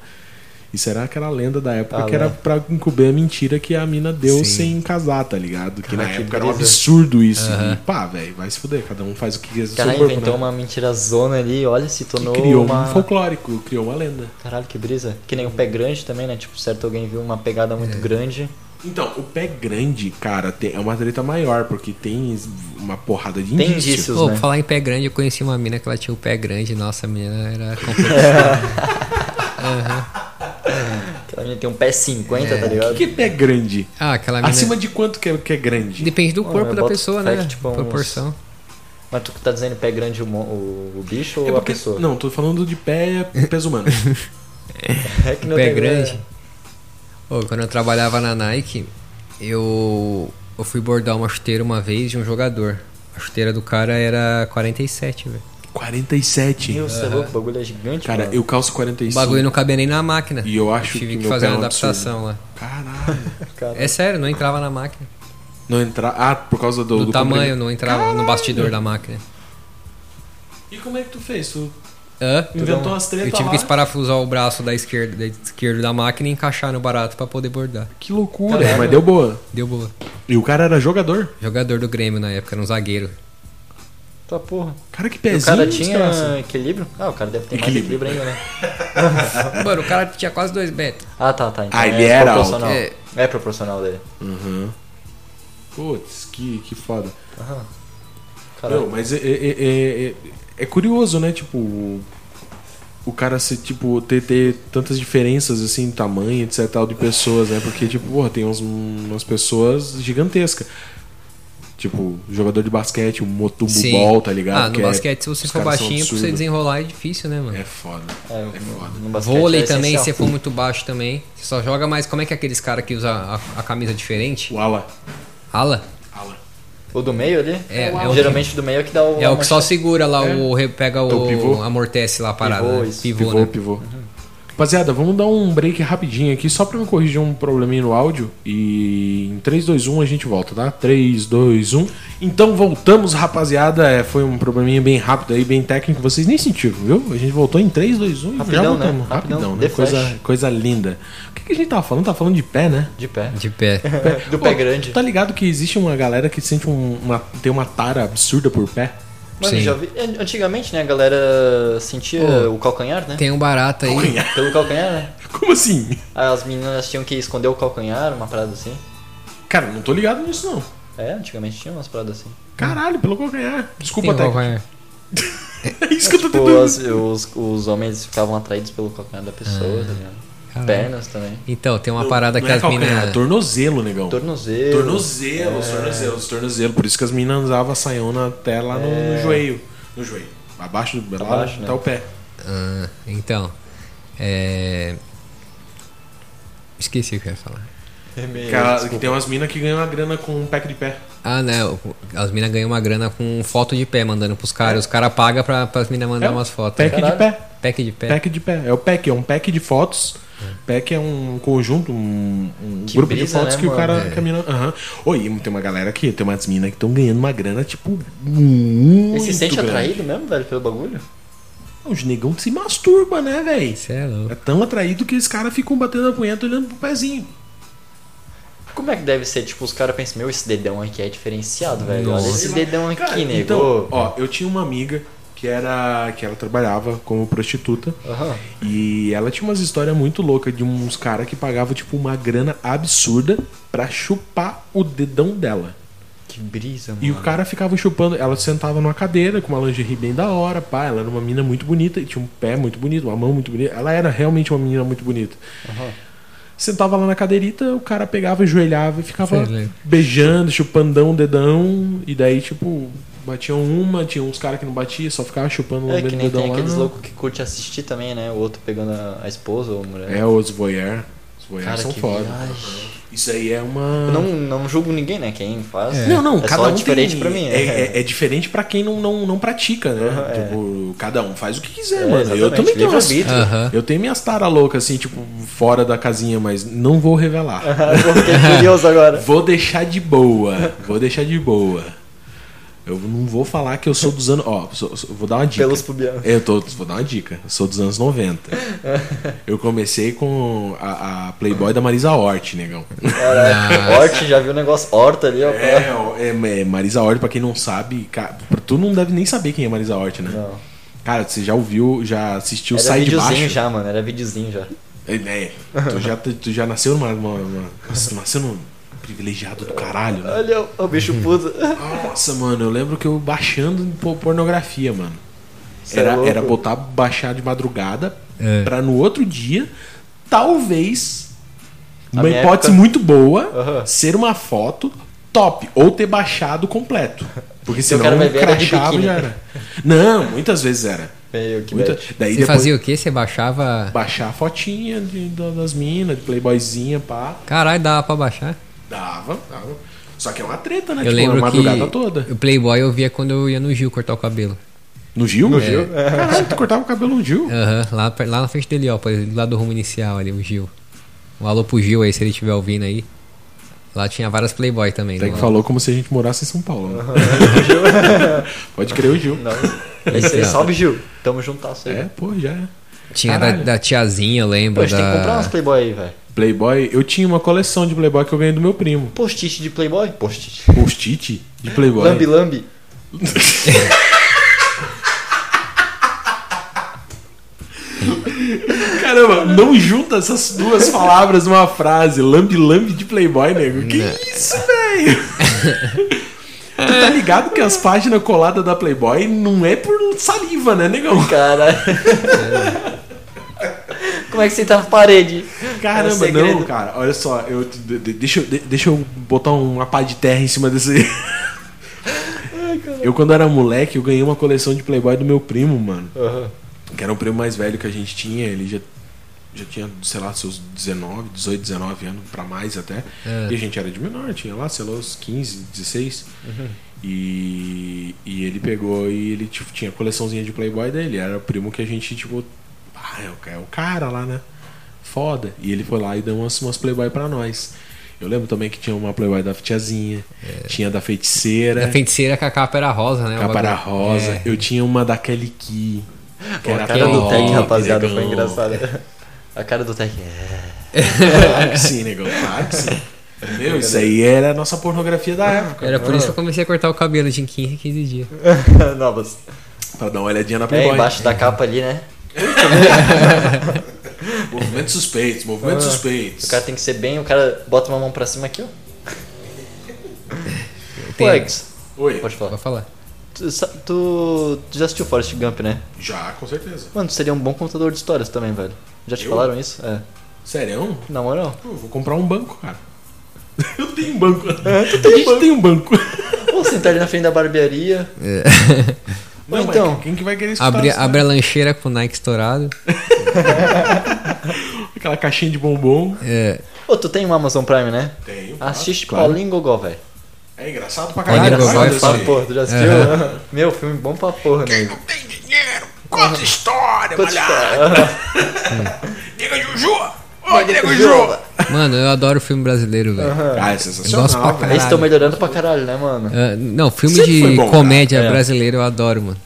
Isso era aquela lenda da época
Ah,
que era
né?
pra encobrir a mentira que a mina deu
Sim.
sem casar, tá ligado? Que na
Cara, que
época era um
brisa.
absurdo isso.
Aham.
E pá, velho, vai se fuder, cada um faz o que quiser do
O
seu
cara
corpo, né?
inventou uma mentirazona ali, olha, se
que
tornou
criou um
uma...
folclórico, criou uma lenda.
Caralho, que brisa. Que nem o pé grande também, né? Tipo, certo alguém viu uma pegada
É.
muito grande.
Então, o pé grande, cara, tem- é uma treta maior, porque tem uma porrada de
Tem
indício.
indícios,
Pô,
né?
falar em pé grande, eu conheci uma mina que ela tinha o pé grande, nossa, a menina era complicada.
Aquela menina tem um pé 50, tá ligado?
O que é pé grande?
ah, aquela mina.
Acima de quanto que é, que é grande?
Depende do
Pô,
corpo
eu
da
boto
pessoa,
fé
né?
que, tipo, uns-
Proporção.
Mas tu tá dizendo pé grande o, mo- o, o bicho
É
ou a
porque-
pessoa?
Não, tô falando de pé peso humano.
É que não
Pé
tem-
grande? Ô, quando eu trabalhava na Nike, eu, eu fui bordar uma chuteira uma vez de um jogador. A chuteira do cara era 47, velho.
47.
Meu, você é louco, o bagulho é gigante,
Cara,
mano. Um
eu calço
O
45.
é-
bagulho não cabia nem na máquina.
E eu acho
Tive
que
que,
meu
fazer
pé é
uma
um
adaptação lá.
Caralho.
Cara,
É sério, não entrava na máquina.
Não entrar. Ah, por causa do,
Do,
do
tamanho,
comprimento.
não entrava no bastidor da máquina.
E como é que tu fez? Tu
Hã?
inventou umas
Eu
tretas
tive
lá?
que esparafusar o braço da esquerda, da esquerda da máquina e encaixar no barato pra poder bordar.
Que loucura.
Caralho.
Mas deu boa.
Deu boa.
E o cara era jogador?
Jogador do Grêmio na época, era um zagueiro.
tua porra.
Cara, que
E
pezinho.
o cara tinha
É desgraça.
equilíbrio? Ah, o cara deve ter mais
Equilíbrio.
equilíbrio ainda, né?
Mano, o cara tinha quase dois metros.
Ah, tá, tá. Então
Ah, ele era alto.
proporcional.
É.
É. proporcional dele.
Uhum. Putz, que, que foda.
Aham.
Não,
Caralho.
mas é, é- é- é- é curioso, né? Tipo, o- o cara se, tipo, ter, ter tantas diferenças, assim, em tamanho, etc, tal, de pessoas, né? Porque, tipo, porra, tem uns- umas pessoas gigantescas. Tipo, jogador de basquete, o Motumbo Ball, tá ligado?
Ah, no
Que é-
basquete, se você
os
for
caras são
baixinho, pra você
absurdos.
desenrolar é difícil, né, mano?
É foda.
É,
É foda.
no basquete
Vôlei
é
também, se você
essencial.
for muito baixo também. Você só joga mais. Como é que é aqueles caras que usam a, a camisa diferente?
O Ala.
Ala?
Ala.
O do meio ali?
É, é o
Geralmente o do meio é que dá o.
É o que só segura lá, o re- pega o,
o pivô.
amortece lá a parada.
Pivô, Uhum.
né?
isso.
Pivô,
É. Pivô,
né?
pivô. Rapaziada, vamos dar um break rapidinho aqui, só pra eu corrigir um probleminha no áudio. E em 3, 2, 1 a gente volta, tá? 3, 2, 1. Então voltamos, rapaziada. É, foi um probleminha bem rápido aí, bem técnico. Vocês nem sentiram, viu? A gente voltou em 3, 2, 1 e já
Rapidão, né?
voltamos. Rapidão,
Rapidão,
né?
The
Coisa,
Flash.
coisa linda. O que, que a gente tava falando? Tava falando de pé, né?
De pé.
De pé.
É, Do
Pô,
pé grande.
Tá ligado que existe uma galera que sente um- uma, tem uma tara absurda por pé?
Mano,
Sim.
já vi. an- Antigamente, né, a galera sentia
Pô.
o calcanhar, né?
Tem um barato aí.
Pelo calcanhar, né?
Como assim?
Aí As meninas tinham que esconder o calcanhar, uma parada assim.
Cara, não tô ligado nisso, não.
É, antigamente tinha umas paradas assim.
Caralho, pelo calcanhar. Desculpa,
Tem um
Tec.
calcanhar.
É isso que eu tô
Tipo,
tentando.
as- os, os homens ficavam atraídos pelo calcanhar da pessoa, tá ligado?
É. Caralho.
Pernas também.
Então, tem uma parada que as
calcanhar,
minas.
é tornozelo, negão.
Tornozelo.
Tornozelos, tornozelos, tornozelo. Por isso que as minas usavam saião na- até lá no, no joelho. No joelho. Abaixo do lá
É. Abaixo,
tá
né?
o pé.
Ah, então. É. Esqueci o que eu ia falar.
Tornozelo.
Que, ela- que tem umas minas que ganham uma grana com um pack de pé.
Ah, né? o- As minas ganham uma grana com foto de pé mandando pros caras. Os caras pagam pra, pras minas mandar
É,
umas fotos.
Pack de
Caralho.
pé.
Pack de pé.
Pack de pé. É o pack, é um pack de fotos. Pack é um conjunto, um, um
Que
grupo de
brisa,
fotos
né,
que o
mano?
cara caminha. Aham. Oi, tem uma galera aqui, tem umas minas que estão ganhando uma grana, tipo, muito.
Ele se sente
grande.
atraído mesmo, velho, pelo bagulho?
Os negão que se masturba, né, velho?
Isso é
É
louco.
tão atraído que esses caras ficam batendo a punheta olhando pro pezinho. Como
como é que deve ser? Tipo, os caras pensam, meu, esse dedão aqui é diferenciado, velho. Olha
Nossa.
esse dedão aqui,
Cara,
nego.
então, ó, eu tinha uma amiga que era que ela trabalhava como prostituta
Aham.
e ela tinha umas histórias muito loucas de uns caras que pagavam tipo uma grana absurda pra chupar o dedão dela.
Que brisa, mano.
E o cara ficava chupando, ela sentava numa cadeira com uma lingerie bem da hora, pá, ela era uma menina muito bonita e tinha um pé muito bonito, uma mão muito bonita. Ela era realmente uma menina muito bonita.
Aham.
Sentava lá na cadeirita, o cara pegava, ajoelhava e ficava
Sei, né?
beijando, chupandão, dedão. E daí, tipo, batiam uma, tinha uns caras que não batia, só ficava chupando,
É
lambendo
que
o
nem
dedão
tem aqueles
lá.
loucos que curte assistir também, né? O outro pegando a, a esposa ou a mulher.
É, os voyeur. Os voyeur
cara,
são
que
foda.
viagem.
Isso aí é uma...
Eu não, não julgo ninguém, né? Quem faz.
Não, não,
é
cada
só
um
diferente
tem-
pra mim. né?
É, é- é diferente pra quem não, não, não pratica, né?
Aham, é.
Tipo, cada um faz o que quiser,
É,
mano. Eu
exatamente,
também tenho umas,
livre-arbítrio.
Aham.
Eu tenho minhas taras loucas, assim, tipo, fora da casinha, mas não vou revelar.
Pô, Fiquei curioso agora.
Vou deixar de boa. Vou deixar de boa. Eu não vou falar que eu sou dos anos. Ó, sou- sou- vou dar uma dica. É,
Pelos pubianos.
Eu tô, vou dar uma dica. Eu sou dos anos 90. Eu comecei com a, a Playboy da Marisa Hort, negão.
Caraca. Horta, já viu o negócio Horta ali, ó.
É, ó, é, é, Marisa Hort, pra quem não sabe, cara, tu não deve nem saber quem é Marisa Hort, né?
Não.
Cara, você já ouviu, já assistiu
Era
Sai de
videozinho
Baixo?
já, mano. Era videozinho já.
É, né? tu, já, tu, tu já nasceu numa. numa- numa- nossa, tu nasceu num privilegiado do caralho, né?
Olha o, o bicho puto.
Nossa, mano, eu lembro que eu baixando po- pornografia, mano.
Cê é
Era,
louco.
era botar baixar de madrugada
É.
pra no outro dia, talvez,
Na
uma
minha
hipótese
época-
muito boa,
Aham.
ser uma foto top. Ou ter baixado completo. Porque
Seu
senão
Então cara vai ver era de
crachava e
biquíni.
já era. Não, muitas vezes era.
Meu, que
Muita-
bad.
Daí
Você
depois
fazia o quê? Você baixava.
baixar a fotinha de- da- das minas, de playboyzinha, pá.
Caralho, dava pra baixar.
Dava, dava. Só que é uma treta, né?
eu
tipo,
lembro
a madrugada
que
toda.
o Playboy eu via quando eu ia no Gil cortar o cabelo.
No Gil? No
Gil.
Caralho, tu cortava o cabelo no Gil.
Aham, lá, per- lá na frente do Heliópolis, do lado do rumo inicial ali, o Gil. Um alô pro Gil aí, se ele estiver ouvindo aí. Lá tinha várias Playboy também.
Até
não
que
é?
falou como se a gente morasse em São Paulo. né? Pode crer o Gil.
Não. Esse aí, salve, Gil. Tamo juntasso aí.
É, pô, já é.
Tinha da,
Caralho.
da tiazinha, eu
Pô,
lembro.
a gente tem que comprar
da...
umas Playboy aí, velho.
Playboy, eu tinha uma coleção de Playboy que eu ganhei do meu primo.
Post-it de Playboy? Post-it.
Post-it de Playboy.
Lambi-lambi.
Caramba, não junta essas duas palavras numa frase. Lambi-lambi de Playboy, nego. Que isso, velho? tu tá ligado que as páginas coladas da Playboy não é por saliva, né, negão?
Cara. Como é que você tá na parede? É um
Caramba,
segredo.
não, cara. Olha só, eu, de- de- deixa, eu- de- deixa eu botar uma pá de terra em cima desse... Eu, quando era moleque, eu ganhei uma coleção de Playboy do meu primo, mano.
Aham.
Que era um primo mais velho que a gente tinha, ele já, já tinha, sei lá, seus 19, 18, 19 anos pra mais até.
É.
E a gente era de menor, tinha lá, sei lá, uns 15, 16.
Uhum.
E, e ele pegou e ele tipo, tinha a coleçãozinha de Playboy dele. Era o primo que a gente, tipo, ah, é o, ca- é o cara lá, né? Foda. E ele foi lá e deu umas, umas Playboy pra nós. Eu lembro também que tinha uma Playboy da tiazinha, tinha da feiticeira.
É. Da feiticeira que a capa era rosa, né? o
né? Capa
bagulho.
era rosa.
É.
Eu tinha uma da Kelly Key. Que
Pô,
era
a cara do
top,
Tech, rapaziada, foi
negão.
engraçada. A cara do Tech é.
Claro que sim, negão. Claro que sim. Meu, isso aí era a nossa pornografia da época.
Era por isso que eu comecei a cortar o cabelo de 15 em 15 dias.
Novas.
Pra dar uma olhadinha na
É,
Playboy.
embaixo da capa ali, né?
Movimentos suspeitos, movimentos
O
suspeitos.
Ah, cara tem que ser bem, o cara bota uma mão pra cima aqui, ó. Pô,
Tem-
Eggs,
Oi.
pode
Vou
falar.
falar.
Tu, sa- tu, tu já assistiu Forrest Gump, né?
Já, com certeza.
Mano, tu seria um bom contador de histórias também, velho. Já te
Eu?
falaram isso? É.
Sério?
Na moral.
Pô, eu vou comprar um banco, cara. Eu tenho um banco.
É,
a gente tem um banco.
Ou sentar tá ali na frente da barbearia.
Não, mas
então,
quem que vai querer escutar
Abre,
isso, né?
abre a lancheira com o Nike estourado.
aquela caixinha de bombom?
É,
Ô, tu tem uma Amazon Prime, né?
Tenho. claro.
Assiste
Claro.
Paulinho Gogol, velho.
É engraçado pra
Paulinho É.
caralho.
Gogol
olha
é
isso
Pra
aí.
porra, tu já assistiu? Meu, filme bom pra porra, né?
Não tem dinheiro. É. Uhum. Conta história, Uhum.
Quanto
malhada.
está?
Nega Juju! Ô, Nega Juju!
Mano, eu adoro filme brasileiro, velho.
Ah, é
Eu gosto pra
sensacional, velho.
caralho.
Eles estão melhorando pra caralho, né, mano?
Ah, não, filme
Sempre foi
de
bom,
comédia
cara. É.
brasileiro eu adoro, mano.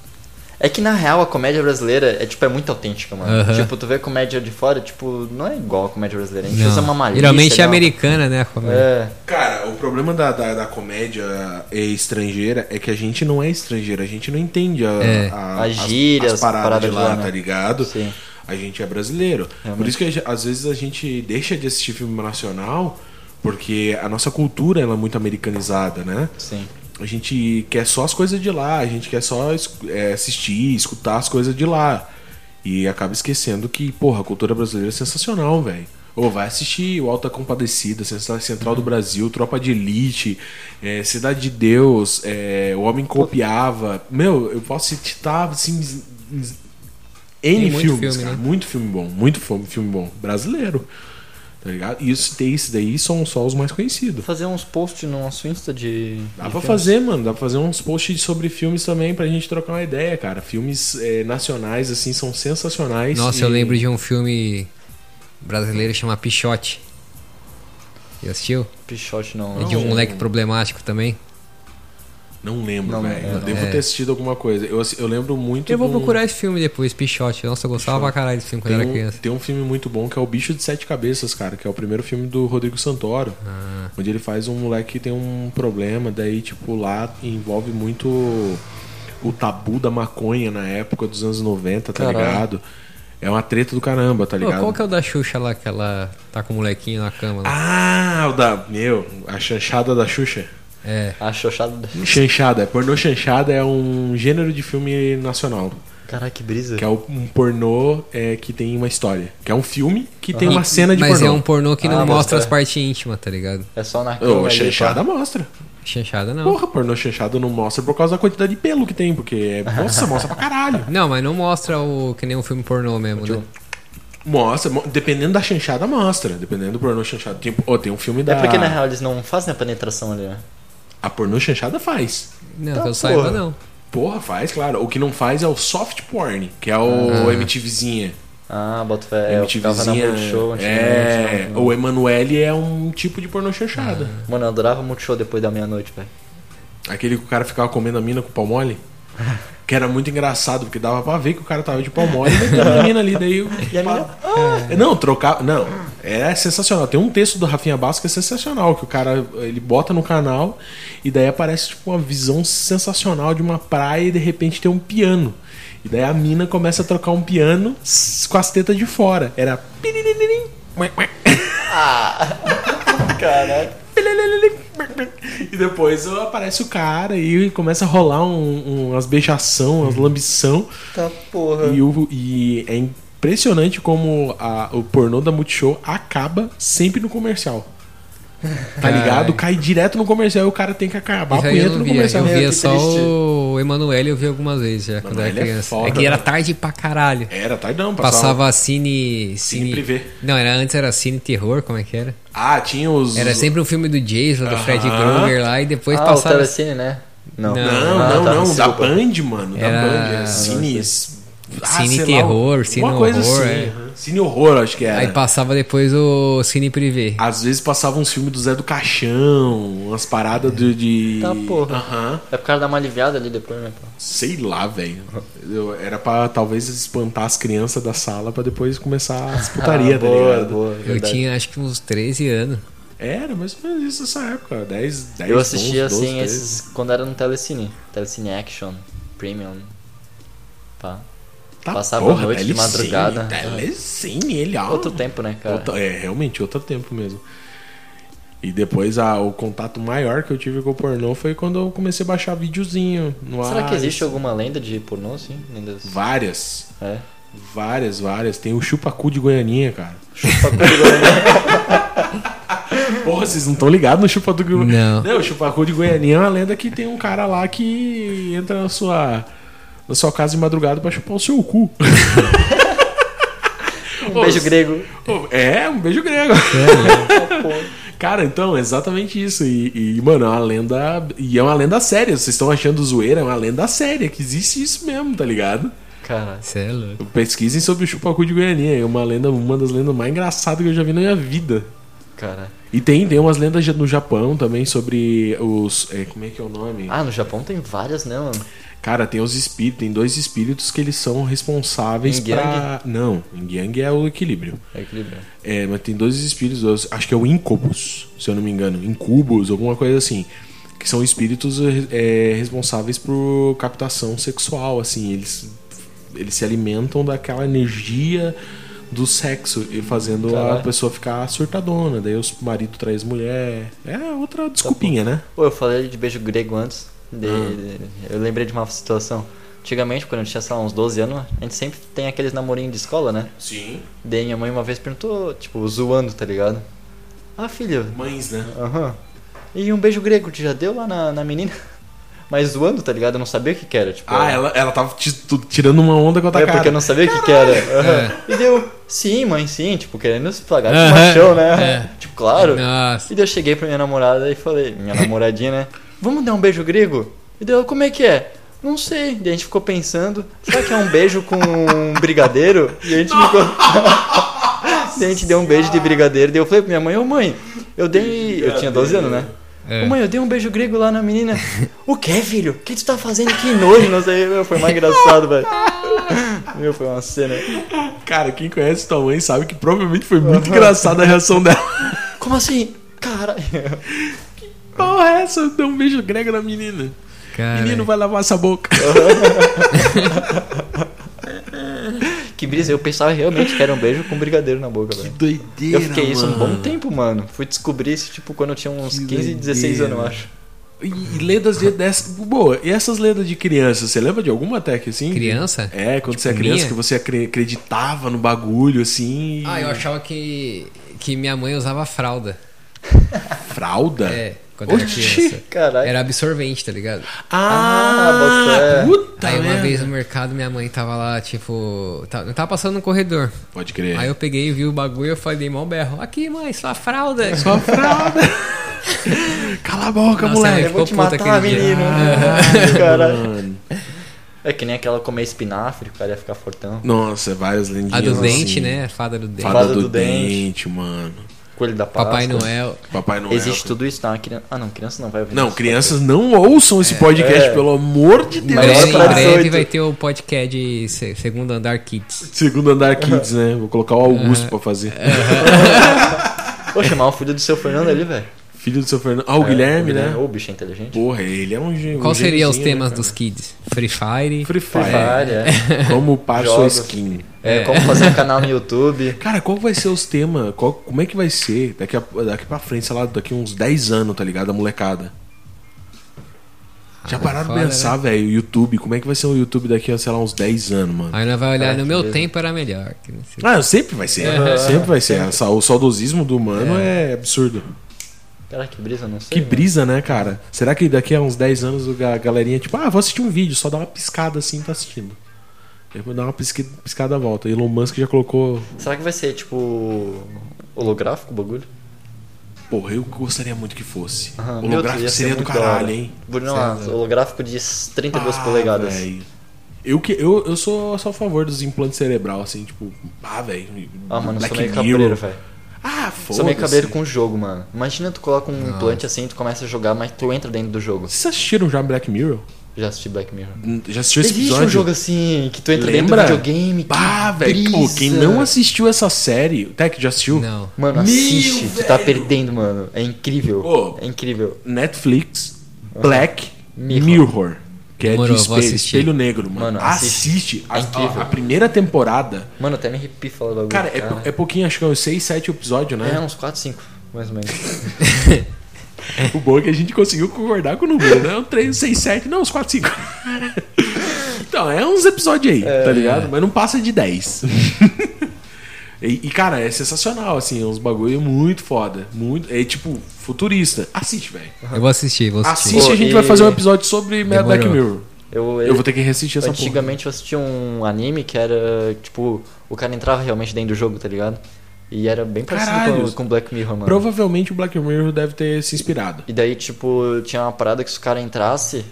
É que na real a comédia brasileira é tipo é muito autêntica, mano.
Aham.
Tipo, tu vê comédia de fora, tipo, não é igual a comédia brasileira. A gente
Não.
usa uma malícia.
Geralmente é
né?
americana, né? a família?
É.
Cara, o problema da, da, da comédia estrangeira é que a gente não é estrangeira, a gente não entende a,
É.
a-
As gírias,
as paradas, de lá,
né?
tá ligado?
Sim.
A gente é brasileiro. Por isso que a ge- às vezes a gente deixa de assistir filme nacional porque a nossa cultura ela é muito americanizada, né?
Sim.
A gente quer só as coisas de lá, a gente quer só es- é, assistir, escutar as coisas de lá. E acaba esquecendo que, porra, a cultura brasileira é sensacional, velho. Ou vai assistir o Alta Compadecida, Sensa- Central do Brasil, Tropa de Elite, é, Cidade de Deus, é, O Homem Copiava. Meu, eu posso citar, assim, z- z- N
Tem muito
filmes,
filme,
cara.
né?
Muito filme bom, muito fo- filme bom. Brasileiro. Tá ligado? E isso, tem isso daí são só os mais conhecidos.
Fazer uns posts no nosso Insta de.
Dá pra
de filmes.
Ah, fazer, mano. Dá pra fazer uns posts sobre filmes também pra gente trocar uma ideia, cara. Filmes eh, nacionais, assim, são sensacionais.
Nossa,
E-
eu lembro de um filme brasileiro chamado Pichote. Já assistiu?
Pichote não.
É de um
Não.
moleque problemático também.
Não lembro,
Não,
velho.
é,
eu
não.
devo
É.
ter assistido alguma coisa. Eu, assi- eu lembro muito.
Eu vou
de um-
procurar esse filme depois, Pichote. Nossa, eu gostava pra caralho desse filme quando
Tem
eu era
um,
criança.
tem um filme muito bom que é O Bicho de Sete Cabeças, cara, que é o primeiro filme do Rodrigo Santoro.
Ah.
Onde ele faz um moleque que tem um problema, daí, tipo, lá envolve muito o tabu da maconha na época dos anos 90, tá
Caralho.
ligado? É uma treta do caramba, tá
Pô,
ligado?
qual que é o da Xuxa lá que ela tá com o molequinho na cama? né? lá?
Ah, o da. Meu, a chanchada da Xuxa.
É.
A Ah, xoxada.
Chanchada, pornô chanchada é um gênero de filme nacional.
Caraca, que brisa.
Que é um pornô é, que tem uma história. Que é um filme que tem uma cena de
Mas
pornô.
é um pornô que não
Ah,
mostra
mostra.
as partes íntimas, tá ligado?
É só na
um- Ô,
ali,
chanchada mostra.
Chanchada não.
Porra, pornô chanchado não mostra por causa da quantidade de pelo que tem, porque. é- Nossa, mostra pra caralho.
Não, mas não mostra o que nem um filme pornô mesmo, né?
Tipo, Mostra, mo- dependendo da chanchada, mostra. Dependendo do pornô chanchado. Tipo, ó, tem um filme
pá.
da.
É
Ah.
porque na real eles não fazem a penetração ali, né?
A pornô chanchada faz.
Não,
Tá,
que eu saiba
porra.
não.
Porra, faz, claro. O que não faz é o soft porn, que é o MTVzinha.
Ah, bota fé. É, eu ficava na
MTVzinha.
Multishow antigamente.
é,
não, não.
o Emanuele é um tipo de pornô chanchada.
Mano, eu adorava Multishow depois da meia-noite, velho. É.
Aquele que o cara ficava comendo a mina com o pau mole. Que era muito engraçado, porque dava pra ver que o cara tava de pau mole e a menina ali, daí. o-
E a mina-
Ah! Não, trocar. Não, é sensacional. Tem um texto do Rafinha Basco que é sensacional, que o cara ele bota no canal e daí aparece tipo, uma visão sensacional de uma praia e de repente tem um piano. E daí a mina começa a trocar um piano s- com as tetas de fora. Era.
Caraca.
E depois aparece o cara e começa a rolar um, um- umas beijação, umas lambição.
Tá porra.
E, o- e é impressionante como a- o pornô da Multishow acaba sempre no comercial. Tá
Caralho.
ligado? Cai direto no comercial e o cara tem que acabar
Isso
com
aí eu
punheta no
não
né?
via.
comercial.
Eu
Meu,
via
que
só
triste.
o Emanuele, eu vi algumas vezes já quando eu era
Emanuele é
criança.
foda,
É, que era
mano.
tarde pra caralho.
Era, tá não, passava.
Passava
Cine
cine, cine.
privê.
Não, era antes era cine terror, como é que era?
Ah, tinha os.
Era sempre um filme do Jason, do Fred
Aham.
Krueger lá e depois
ah, o
passava.
Telecine, né?
Não,
Ah,
não,
tá,
não. Da
desculpa.
Band, mano.
Era-
Da Band.
Ah,
É cine. Ah,
Cine
sei lá,
terror, cine
alguma coisa
horror,
assim.
é.
aham. Cine horror, acho que era.
Aí passava depois o cine privê.
Às vezes passava uns filmes do Zé do Caixão, umas paradas do- de.
Tá, porra.
Aham.
É por causa da uma aliviada ali depois, né? pô?
Sei lá, velho. Eu- Era pra talvez espantar as crianças da sala pra depois começar as putaria,
Ah,
tá
boa,
ligado?
boa,
eu
verdade.
tinha acho que uns 13 anos.
Era mais ou menos isso nessa época. 10, 10
Eu assistia
11, 12,
assim
13.
esses quando era no Telecine. Telecine Action, Premium. Pá.
Tá,
passava a noite de
telecine,
madrugada.
Telecine, ele, ó.
Outro tempo, né, cara?
Ah, Outra- é, realmente, outro tempo mesmo. E depois a- o contato maior que eu tive com o pornô foi quando eu comecei a baixar videozinho no
Será que
ar,
existe
assim.
alguma lenda de pornô, sim? Lendas.
Várias.
É.
Várias, várias. Tem o chupacu de Goianinha, cara.
Chupa comigo, né?
Porra, vocês não estão ligados no chupacu de Goianinha?
Não.
Não, o Chupacu de Goianinha é uma lenda que tem um cara lá que entra na sua, na sua casa de madrugada pra chupar o seu cu.
Um beijo grego.
É, um beijo grego.
Pô.
Cara, então, é exatamente isso. E, e, mano, é uma lenda. E é uma lenda séria. Vocês estão achando zoeira, é uma lenda séria, que existe isso mesmo, tá ligado?
Cara,
Cê é louco.
Pesquisem sobre o Chupacu de Goianinha. É uma lenda, uma das lendas mais engraçadas que eu já vi na minha vida.
cara.
E tem, tem umas lendas no Japão também sobre os. é, como é que é o nome?
Ah, no Japão tem várias, né, mano?
Cara, tem os espíritos, tem dois espíritos que eles são responsáveis
Yin-yang?
pra. Não, Yin Yang é o equilíbrio.
É equilibrado.
É, mas tem dois espíritos, dois- acho que é o Incubus, se eu não me engano, Incubus, alguma coisa assim, que são espíritos é, responsáveis por captação sexual, assim, eles, eles se alimentam daquela energia do sexo e fazendo a
Caralho.
pessoa ficar surtadona, daí os marido traz mulher, é outra desculpinha, né?
Pô, eu falei de beijo grego antes. de- Eu lembrei de uma situação. Antigamente, quando eu tinha, sei lá, uns 12 anos, a gente sempre tem aqueles namorinhos de escola, né?
Sim,
Daí minha mãe uma vez perguntou, tipo, zoando, tá ligado? Ah, filho,
mães, né?
aham. E um beijo grego, tu já deu lá na, na menina? Mas zoando, tá ligado? Eu não sabia o que que era, tipo...
Ah, ela, ela tava ti- tu- tirando uma onda com a tua
É
cara.
porque eu não sabia o que que era. Aham. E deu, sim, mãe, sim, tipo, querendo se plagar de
Aham,
machão, né?
é.
Tipo, claro.
Nossa.
E daí eu cheguei pra minha namorada e falei, minha namoradinha, né? Vamos dar um beijo grego? E daí ela, como é que é? Não sei. Daí a gente ficou pensando, será que é um beijo com um brigadeiro? E a gente ficou. Daí a gente deu um beijo de brigadeiro. Daí eu falei pra minha mãe, ô mãe, eu dei. Eu tinha 12 anos, né?
É.
Ô mãe, eu dei um beijo grego lá na menina. o que, filho? O que tu tá fazendo? Que nojo, não sei. Meu, foi mais engraçado, velho. Meu, foi uma cena.
Cara, quem conhece tua mãe sabe que provavelmente foi muito engraçada a reação dela.
Como assim? Caralho.
Porra, é essa deu um beijo grego na menina.
Cara, é.
Menino, vai lavar essa boca.
Que brisa, eu pensava realmente que era um beijo com brigadeiro na boca, velho.
Doideira.
Eu fiquei isso um bom tempo, mano. Fui descobrir isso, tipo, quando eu tinha uns
Que
15, 16 anos, eu
doideira.
acho.
E, e lendas de, dessa. Boa, e essas lendas de criança? Você lembra de alguma até que assim?
criança?
É, quando você é
Tipo,
criança,
minha?
que você acre- acreditava no bagulho, assim. e-
Ah, eu achava que, que minha mãe usava fralda.
Fralda?
É, quando era
Oxi.
criança.
Caralho.
Era absorvente, tá ligado?
Ah,
Ah, você-
puta
Aí uma
merda.
vez né? no mercado minha mãe tava lá, tipo. tá- Eu tava passando no corredor.
Pode crer.
Aí eu peguei e vi o bagulho e eu falei, mó berro. Aqui, mãe, sua fralda.
Só fralda. Cala a boca,
Nossa, é
moleque.
Eu vou te
ficou puta
matar,
aquele dia.
menino.
Ah,
Caralho.
mano.
É que nem aquela comer espinafre, o cara ia ficar fortão.
Nossa, várias lendinhas.
A do
assim.
dente, né? A fada do dente.
Fada,
Fada
do,
do dente.
dente, mano.
Coelho da Páscoa.
Papai Noel.
Papai Noel.
Existe tudo isso, tá? Uma criança- Ah, não, criança não vai ouvir
Não,
isso.
crianças não ouçam esse podcast,
É.
pelo amor de Deus.
Em breve,
pra
em breve
18.
vai ter o podcast de se- Segundo Andar Kids.
Segundo andar Kids, né? Vou colocar o Augusto pra fazer.
É.
Vou chamar o filho do seu Fernando ali, velho.
Filho do seu Fernando.
É,
Ah, o Guilherme, né?
Ô, bicho é inteligente.
Porra, ele é um gênio.
Qual seriam os temas
né,
dos kids? Free Fire.
Free Fire.
Free Fire, é.
Como upar sua
Jogos.
skin.
É, Como fazer um canal no YouTube.
Cara, qual vai ser os temas? Qual- como é que vai ser daqui, a, daqui pra frente, sei lá, daqui uns 10 anos, tá ligado? A molecada. Já
Ah,
pararam
foda,
pra pensar, velho, o YouTube. Como é que vai ser o YouTube daqui a, sei lá, uns 10 anos, mano?
Aí nós vai olhar,
É,
Ah,
no
que
meu
beleza.
tempo era melhor. que não sei.
Ah, sempre vai ser. Sempre vai ser. Essa- O saudosismo do humano é absurdo.
Cara, que brisa, não sei.
Que
mano.
brisa, né, cara? Será que daqui a uns 10 anos o ga- a galerinha, tipo, ah, vou assistir um vídeo, só dá uma piscada assim, tá assistindo. Eu vou dar uma pisca- piscada à volta. Elon Musk já colocou.
Será que vai ser, tipo, holográfico o bagulho?
Porra, eu gostaria muito que fosse.
Aham,
o
meu Deus,
holográfico
ia ser
seria do
muito da hora.
caralho, hein?
Bruno,
Certo.
holográfico de 32
Ah,
polegadas.
velho. Eu, que, eu, eu sou só a favor dos implantes cerebral, assim, tipo, ah, velho.
Ah, mano, eu sou
Black
meio
Mirror.
cabreiro, velho.
Ah,
Sou
foda-se.
meio cabreiro com o jogo, mano. Imagina tu coloca um implante assim, tu começa a jogar, mas tu entra dentro do jogo.
Vocês assistiram já Black Mirror?
Já assisti Black Mirror.
Já assistiu esse
Existe
episódio?
um jogo assim, que tu entra
Lembra?
dentro do videogame. que
Bah, velho. Pô,
brisa.
quem não assistiu essa série. O Tech já assistiu?
Não.
Mano,
Meu,
assiste, tu tá
velho.
perdendo, mano. É incrível.
Ô.
É incrível.
Netflix Black Mirror.
Mirror.
que é
Demorou,
de
vou
espelho,
assistir.
espelho negro, mano.
Mano,
assiste.
assiste.
A-
É
a,
incrível.
a primeira temporada.
Mano, até me arrepio falar do bagulho.
Cara, é, pou- é pouquinho, acho que é uns 6, 7 episódios,
é...
né?
uns 4, 5, mais ou menos.
O bom é que a gente conseguiu concordar com o número, né? Um 3, 6, 7, não, uns 4, 5. então, é uns episódios aí, tá ligado? Mas não passa de 10. E, e, cara, é sensacional, assim, é uns bagulho muito foda. Muito, é tipo, futurista. Assiste, velho.
Eu vou assistir, vou assistir.
Assiste, a
Pô,
gente
e-
vai fazer um episódio sobre Mad Black
Demorou.
Mirror. Eu vou ter que reassistir essa porra.
Antigamente eu assistia um anime que era, tipo, o cara entrava realmente dentro do jogo, tá ligado? E era bem parecido
Caralho.
com, com Black Mirror, mano.
Provavelmente o Black Mirror deve ter se inspirado.
E daí, tipo, tinha uma parada que se o cara entrasse,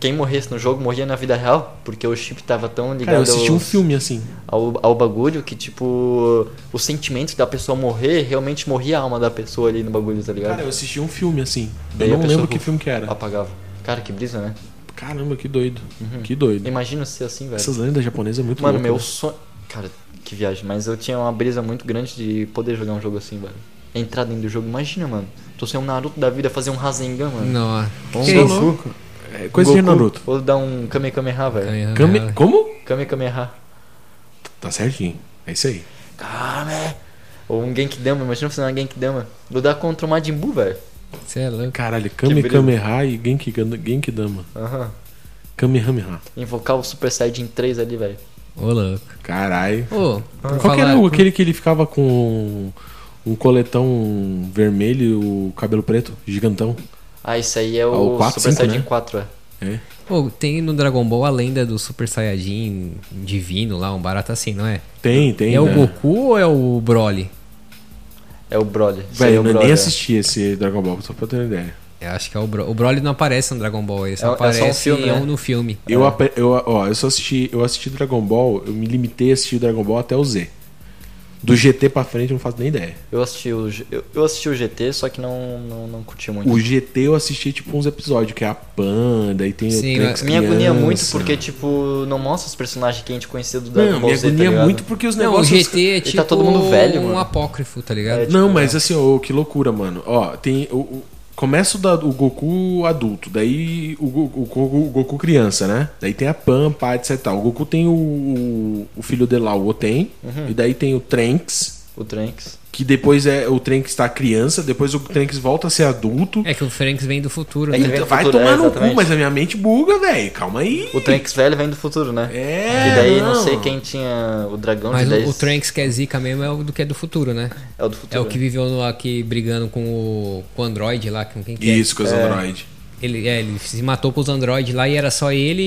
quem morresse no jogo morria na vida real, porque o chip tava tão ligado
Cara, eu assisti um
aos-
filme assim.
ao, ao bagulho que, tipo, o sentimento da pessoa morrer, realmente morria a alma da pessoa ali no bagulho, tá ligado?
Cara, eu assisti um filme assim.
Daí
Eu
a
não
pessoa
lembro que
ru-
filme que era.
Apagava. Cara, que brisa, né?
Caramba, que doido. Que doido.
Imagina ser assim, velho.
Essas lendas japonesas é muito
Uhum. Mano,
louco,
meu
né?
sonho. Cara, que viagem, mas eu tinha uma brisa muito grande de poder jogar um jogo assim, velho. Entrar dentro do jogo, imagina, mano. Tu ser um Naruto da vida, fazer um Rasengan, mano.
Não, que
Você é louco. É coisa de
Goku.
Naruto.
Ou dar um Kamehameha, velho.
Kamehameha.
Kame... Como?
Kamehameha.
Tá certinho. É isso aí.
Kame. Ou um Genkidama, imagina fazer uma Genkidama. Lutar contra o Majin Buu, velho.
Você é louco.
Caralho, Kame
brilho.
Kameha e Genki, Genkidama.
Tipo, Aham.
Kamehameha.
Invocar o Super Saiyajin 3 ali, velho.
Ô, louco.
Caralho.
Ô, por
Ah, Qual que era
falar...
o- aquele que ele ficava com um coletão vermelho e o cabelo preto? Gigantão.
Ah, isso aí é
Ah,
o,
o 4,
Super
5,
Saiyajin
né?
4, é.
É.
Ô, tem no Dragon Ball a lenda do Super Saiyajin divino lá, um barato assim, não é?
Tem, tem.
é o
né?
Goku ou é o Broly?
É o Broly. Isso
Velho,
aí é
eu
o
não-
Broly.
nem
é.
assisti esse Dragon Ball, só pra ter uma ideia.
Eu acho que é o Broly. O Broly não aparece no Dragon Ball, ele
É-
só
é só um
aparece
filme, né?
ou no filme. É.
Eu, ape- eu, ó, eu só assisti, eu assisti Dragon Ball, eu me limitei a assistir Dragon Ball até o Z. Do GT pra frente eu não faço nem ideia.
Eu assisti o, G- eu, eu assisti o GT, só que não, não, não curti muito.
O GT eu assisti tipo uns episódios, que é a Panda e tem
Sim,
o Trunks
Me agonia é
criança.
muito porque, tipo, não mostra os personagens que a gente conhecia do Dragon
Não,
Ball
me
Z, tá
agonia é
ligado?
muito porque os
Não, o
negócios.
GT é
tá
tipo
todo mundo velho,
um
mano.
apócrifo, tá ligado?
É,
Não, mas assim, ô, que loucura, mano. Ó, tem. O, o- começa o, da- o Goku adulto, daí o, Go- o Goku, o Goku criança, né? Daí tem a Pan, pá, etc. e tal. O Goku tem o, o, o filho dele lá, o Oten.
Uhum.
E daí tem o Trunks,
O Trunks.
que depois é o Trunks tá criança, depois o Trunks volta a ser adulto.
É que o Franks vem do futuro,
É
né?
que vem do
Vai
futuro, é,
tomar no cu,
exatamente.
mas a minha mente buga, velho. Calma aí.
O Trunks velho vem do futuro, né?
É,
E daí não,
não.
sei quem tinha o dragão
Mas
de
o, o
10.
Trunks que é zica mesmo é o do que é do futuro, né?
É o do
É
futuro.
o que viveu no- aqui brigando com o, com o Android lá, com quem que é?
Isso, com os android.
Ele, é, ele se matou com os Android lá e era só ele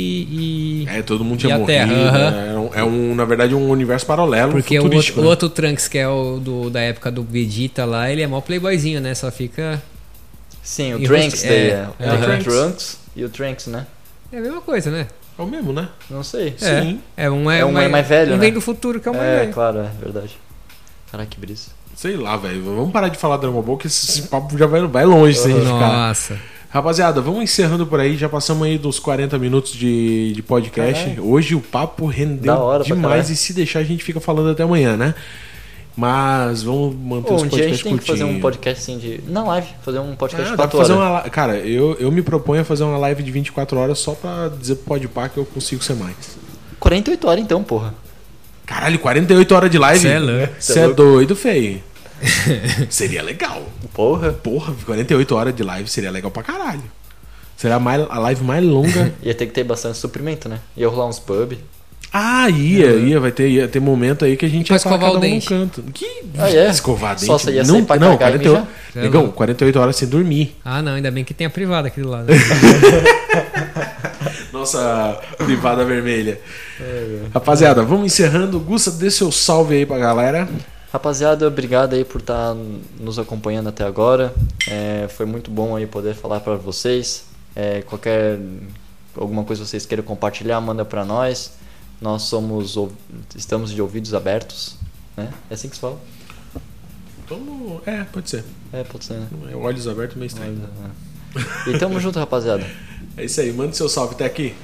e. e-
É, todo mundo
E
tinha
a
morrido.
Terra, aham.
né? É, um, é um, na verdade, um universo paralelo
Porque o
futurístico.
outro, o
né?
outro Trunks, que é o do- da época do Vegeta lá, ele é mó playboyzinho, né? Só fica.
Sim, o
E
Trunks
rosto-
daí.
é,
É,
é.
Tem
Aham.
o Trunks e o Trunks, né?
É a mesma coisa, né?
É o mesmo, né?
Não sei.
É.
Sim.
É um é,
É um mais- mais velho,
Um
né?
vem do futuro que é o mais
É,
velho.
claro, é verdade. Caraca, que brisa.
Sei lá, velho. Vamos parar de falar Dragon Ball, que esse, esse papo já vai, vai longe se a gente ficar.
Nossa.
Rapaziada, vamos encerrando por aí. Já passamos aí dos 40 minutos de, de podcast. Hoje o papo rendeu
Da hora pra
demais.
caralho.
E se deixar, a gente fica falando até amanhã, né? Mas vamos manter
Pô,
os
um dia a
podcasts
gente tem que fazer um
curtinhos.
podcast assim de. Na live, fazer um podcast
Ah,
de
dá pra
4
fazer
horas.
uma, la- cara, eu, eu me proponho a fazer uma live de 24 horas só pra dizer pro Podpah que eu consigo ser mais.
48 horas então, porra.
Caralho, 48 horas de live?
Cê é louco.
Você é doido, feio. Seria legal.
Porra.
Porra, 48 horas de live seria legal pra caralho. Será mais, a live mais longa.
Ia ter que ter bastante suprimento, né? Ia rolar uns pub.
ah, ia,
é.
ia, vai ter, ia ter momento aí que a gente
Pra
ia estar
escovar
cada
o
um num
dente.
canto. Que
Ah, é?
escovar dente?
Só você ia
não,
sair pra
não,
cagar e
48,
mijar?
negão, 48 horas sem dormir.
Ah, não, ainda bem que tem a privada aqui do lado. né?
Nossa privada vermelha. Rapaziada, vamos encerrando. Gusta, dê seu salve aí pra galera.
Rapaziada, obrigado aí por estar nos acompanhando até agora. É, foi muito bom aí poder falar pra vocês. É, qualquer alguma coisa que vocês queiram compartilhar, manda pra nós. Nós somos ou- estamos de ouvidos abertos, né? É assim que se fala?
Vamos- É, pode ser.
É, pode ser, né?
Olhos abertos, meio estranho.
E tamo junto, rapaziada.
É isso aí, manda seu salve até aqui.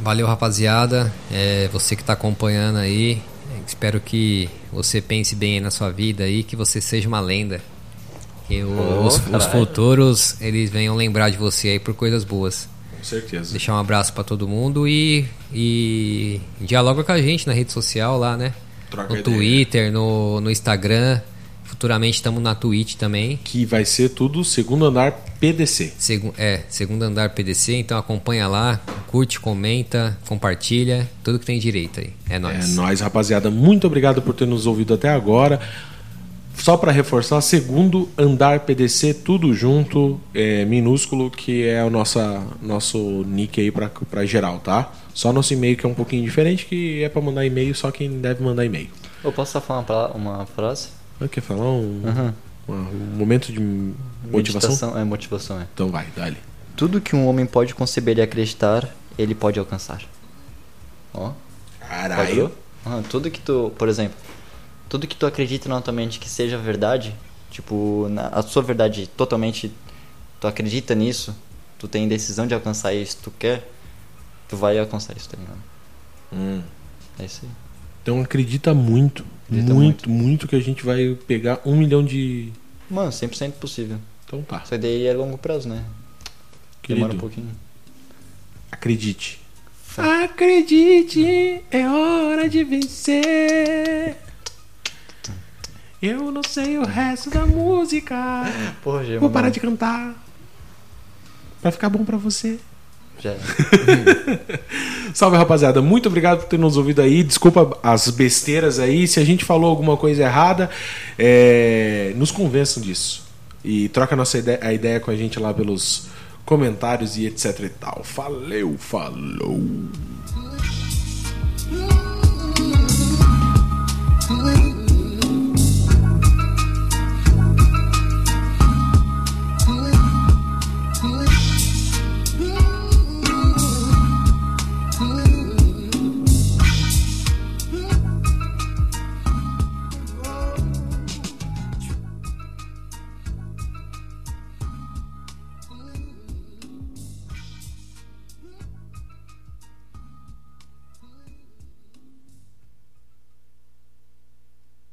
Valeu, rapaziada. É, você que tá acompanhando aí. Espero que você pense bem aí na sua vida e que você seja uma lenda. Que o-
Ô,
os, os
caralho.
futuros eles venham lembrar de você aí por coisas boas.
Com certeza.
Deixar um abraço pra todo mundo e, e dialoga com a gente na rede social lá, né?
Troca
no
ideia.
Twitter, no, no Instagram. Futuramente estamos na Twitch também.
Que vai ser tudo segundo andar PDC.
Segu- é, segundo andar PDC, então acompanha lá, curte, comenta, compartilha, tudo que tem direito aí. É
É
nóis.
nóis, rapaziada. Muito obrigado por ter nos ouvido até agora. Só para reforçar, segundo andar PDC, tudo junto, é, minúsculo, que é o nossa, nosso nick aí para geral, tá? Só nosso e-mail que é um pouquinho diferente, que é para mandar e-mail, só quem deve mandar e-mail.
Eu posso só falar uma pala- uma frase?
Ah, Quer falar um, uma- um momento de motivação?
Meditação- É, motivação, é.
Então vai, dali.
Tudo que um homem pode conceber e acreditar, ele pode alcançar. Ó.
Caralho.
Ah, tudo que tu, por exemplo, tudo que tu acredita na tua mente que seja verdade, tipo, na, a sua verdade totalmente, tu acredita nisso, tu tem decisão de alcançar isso, tu quer, tu vai alcançar isso, tá ligado?
Hum.
É isso aí.
Então acredita muito,
Acredita
muito, muito, que a gente vai pegar um milhão de.
Mano, 100% possível.
Então tá.
Isso daí é longo prazo, né? Demora um
Querido,
pouquinho.
acredite. Acredite, é hora de vencer. Eu não sei
Tá.
o resto da música.
Porra, já é
Vou parar de cantar. Vai ficar bom pra você.
Já. é.
Salve, rapaziada. Muito obrigado por ter nos ouvido aí. Desculpa as besteiras aí. Se a gente falou alguma coisa errada, é, nos convençam disso. E troca a nossa ideia, a ideia com a gente lá pelos comentários e etc e tal. Valeu, falou.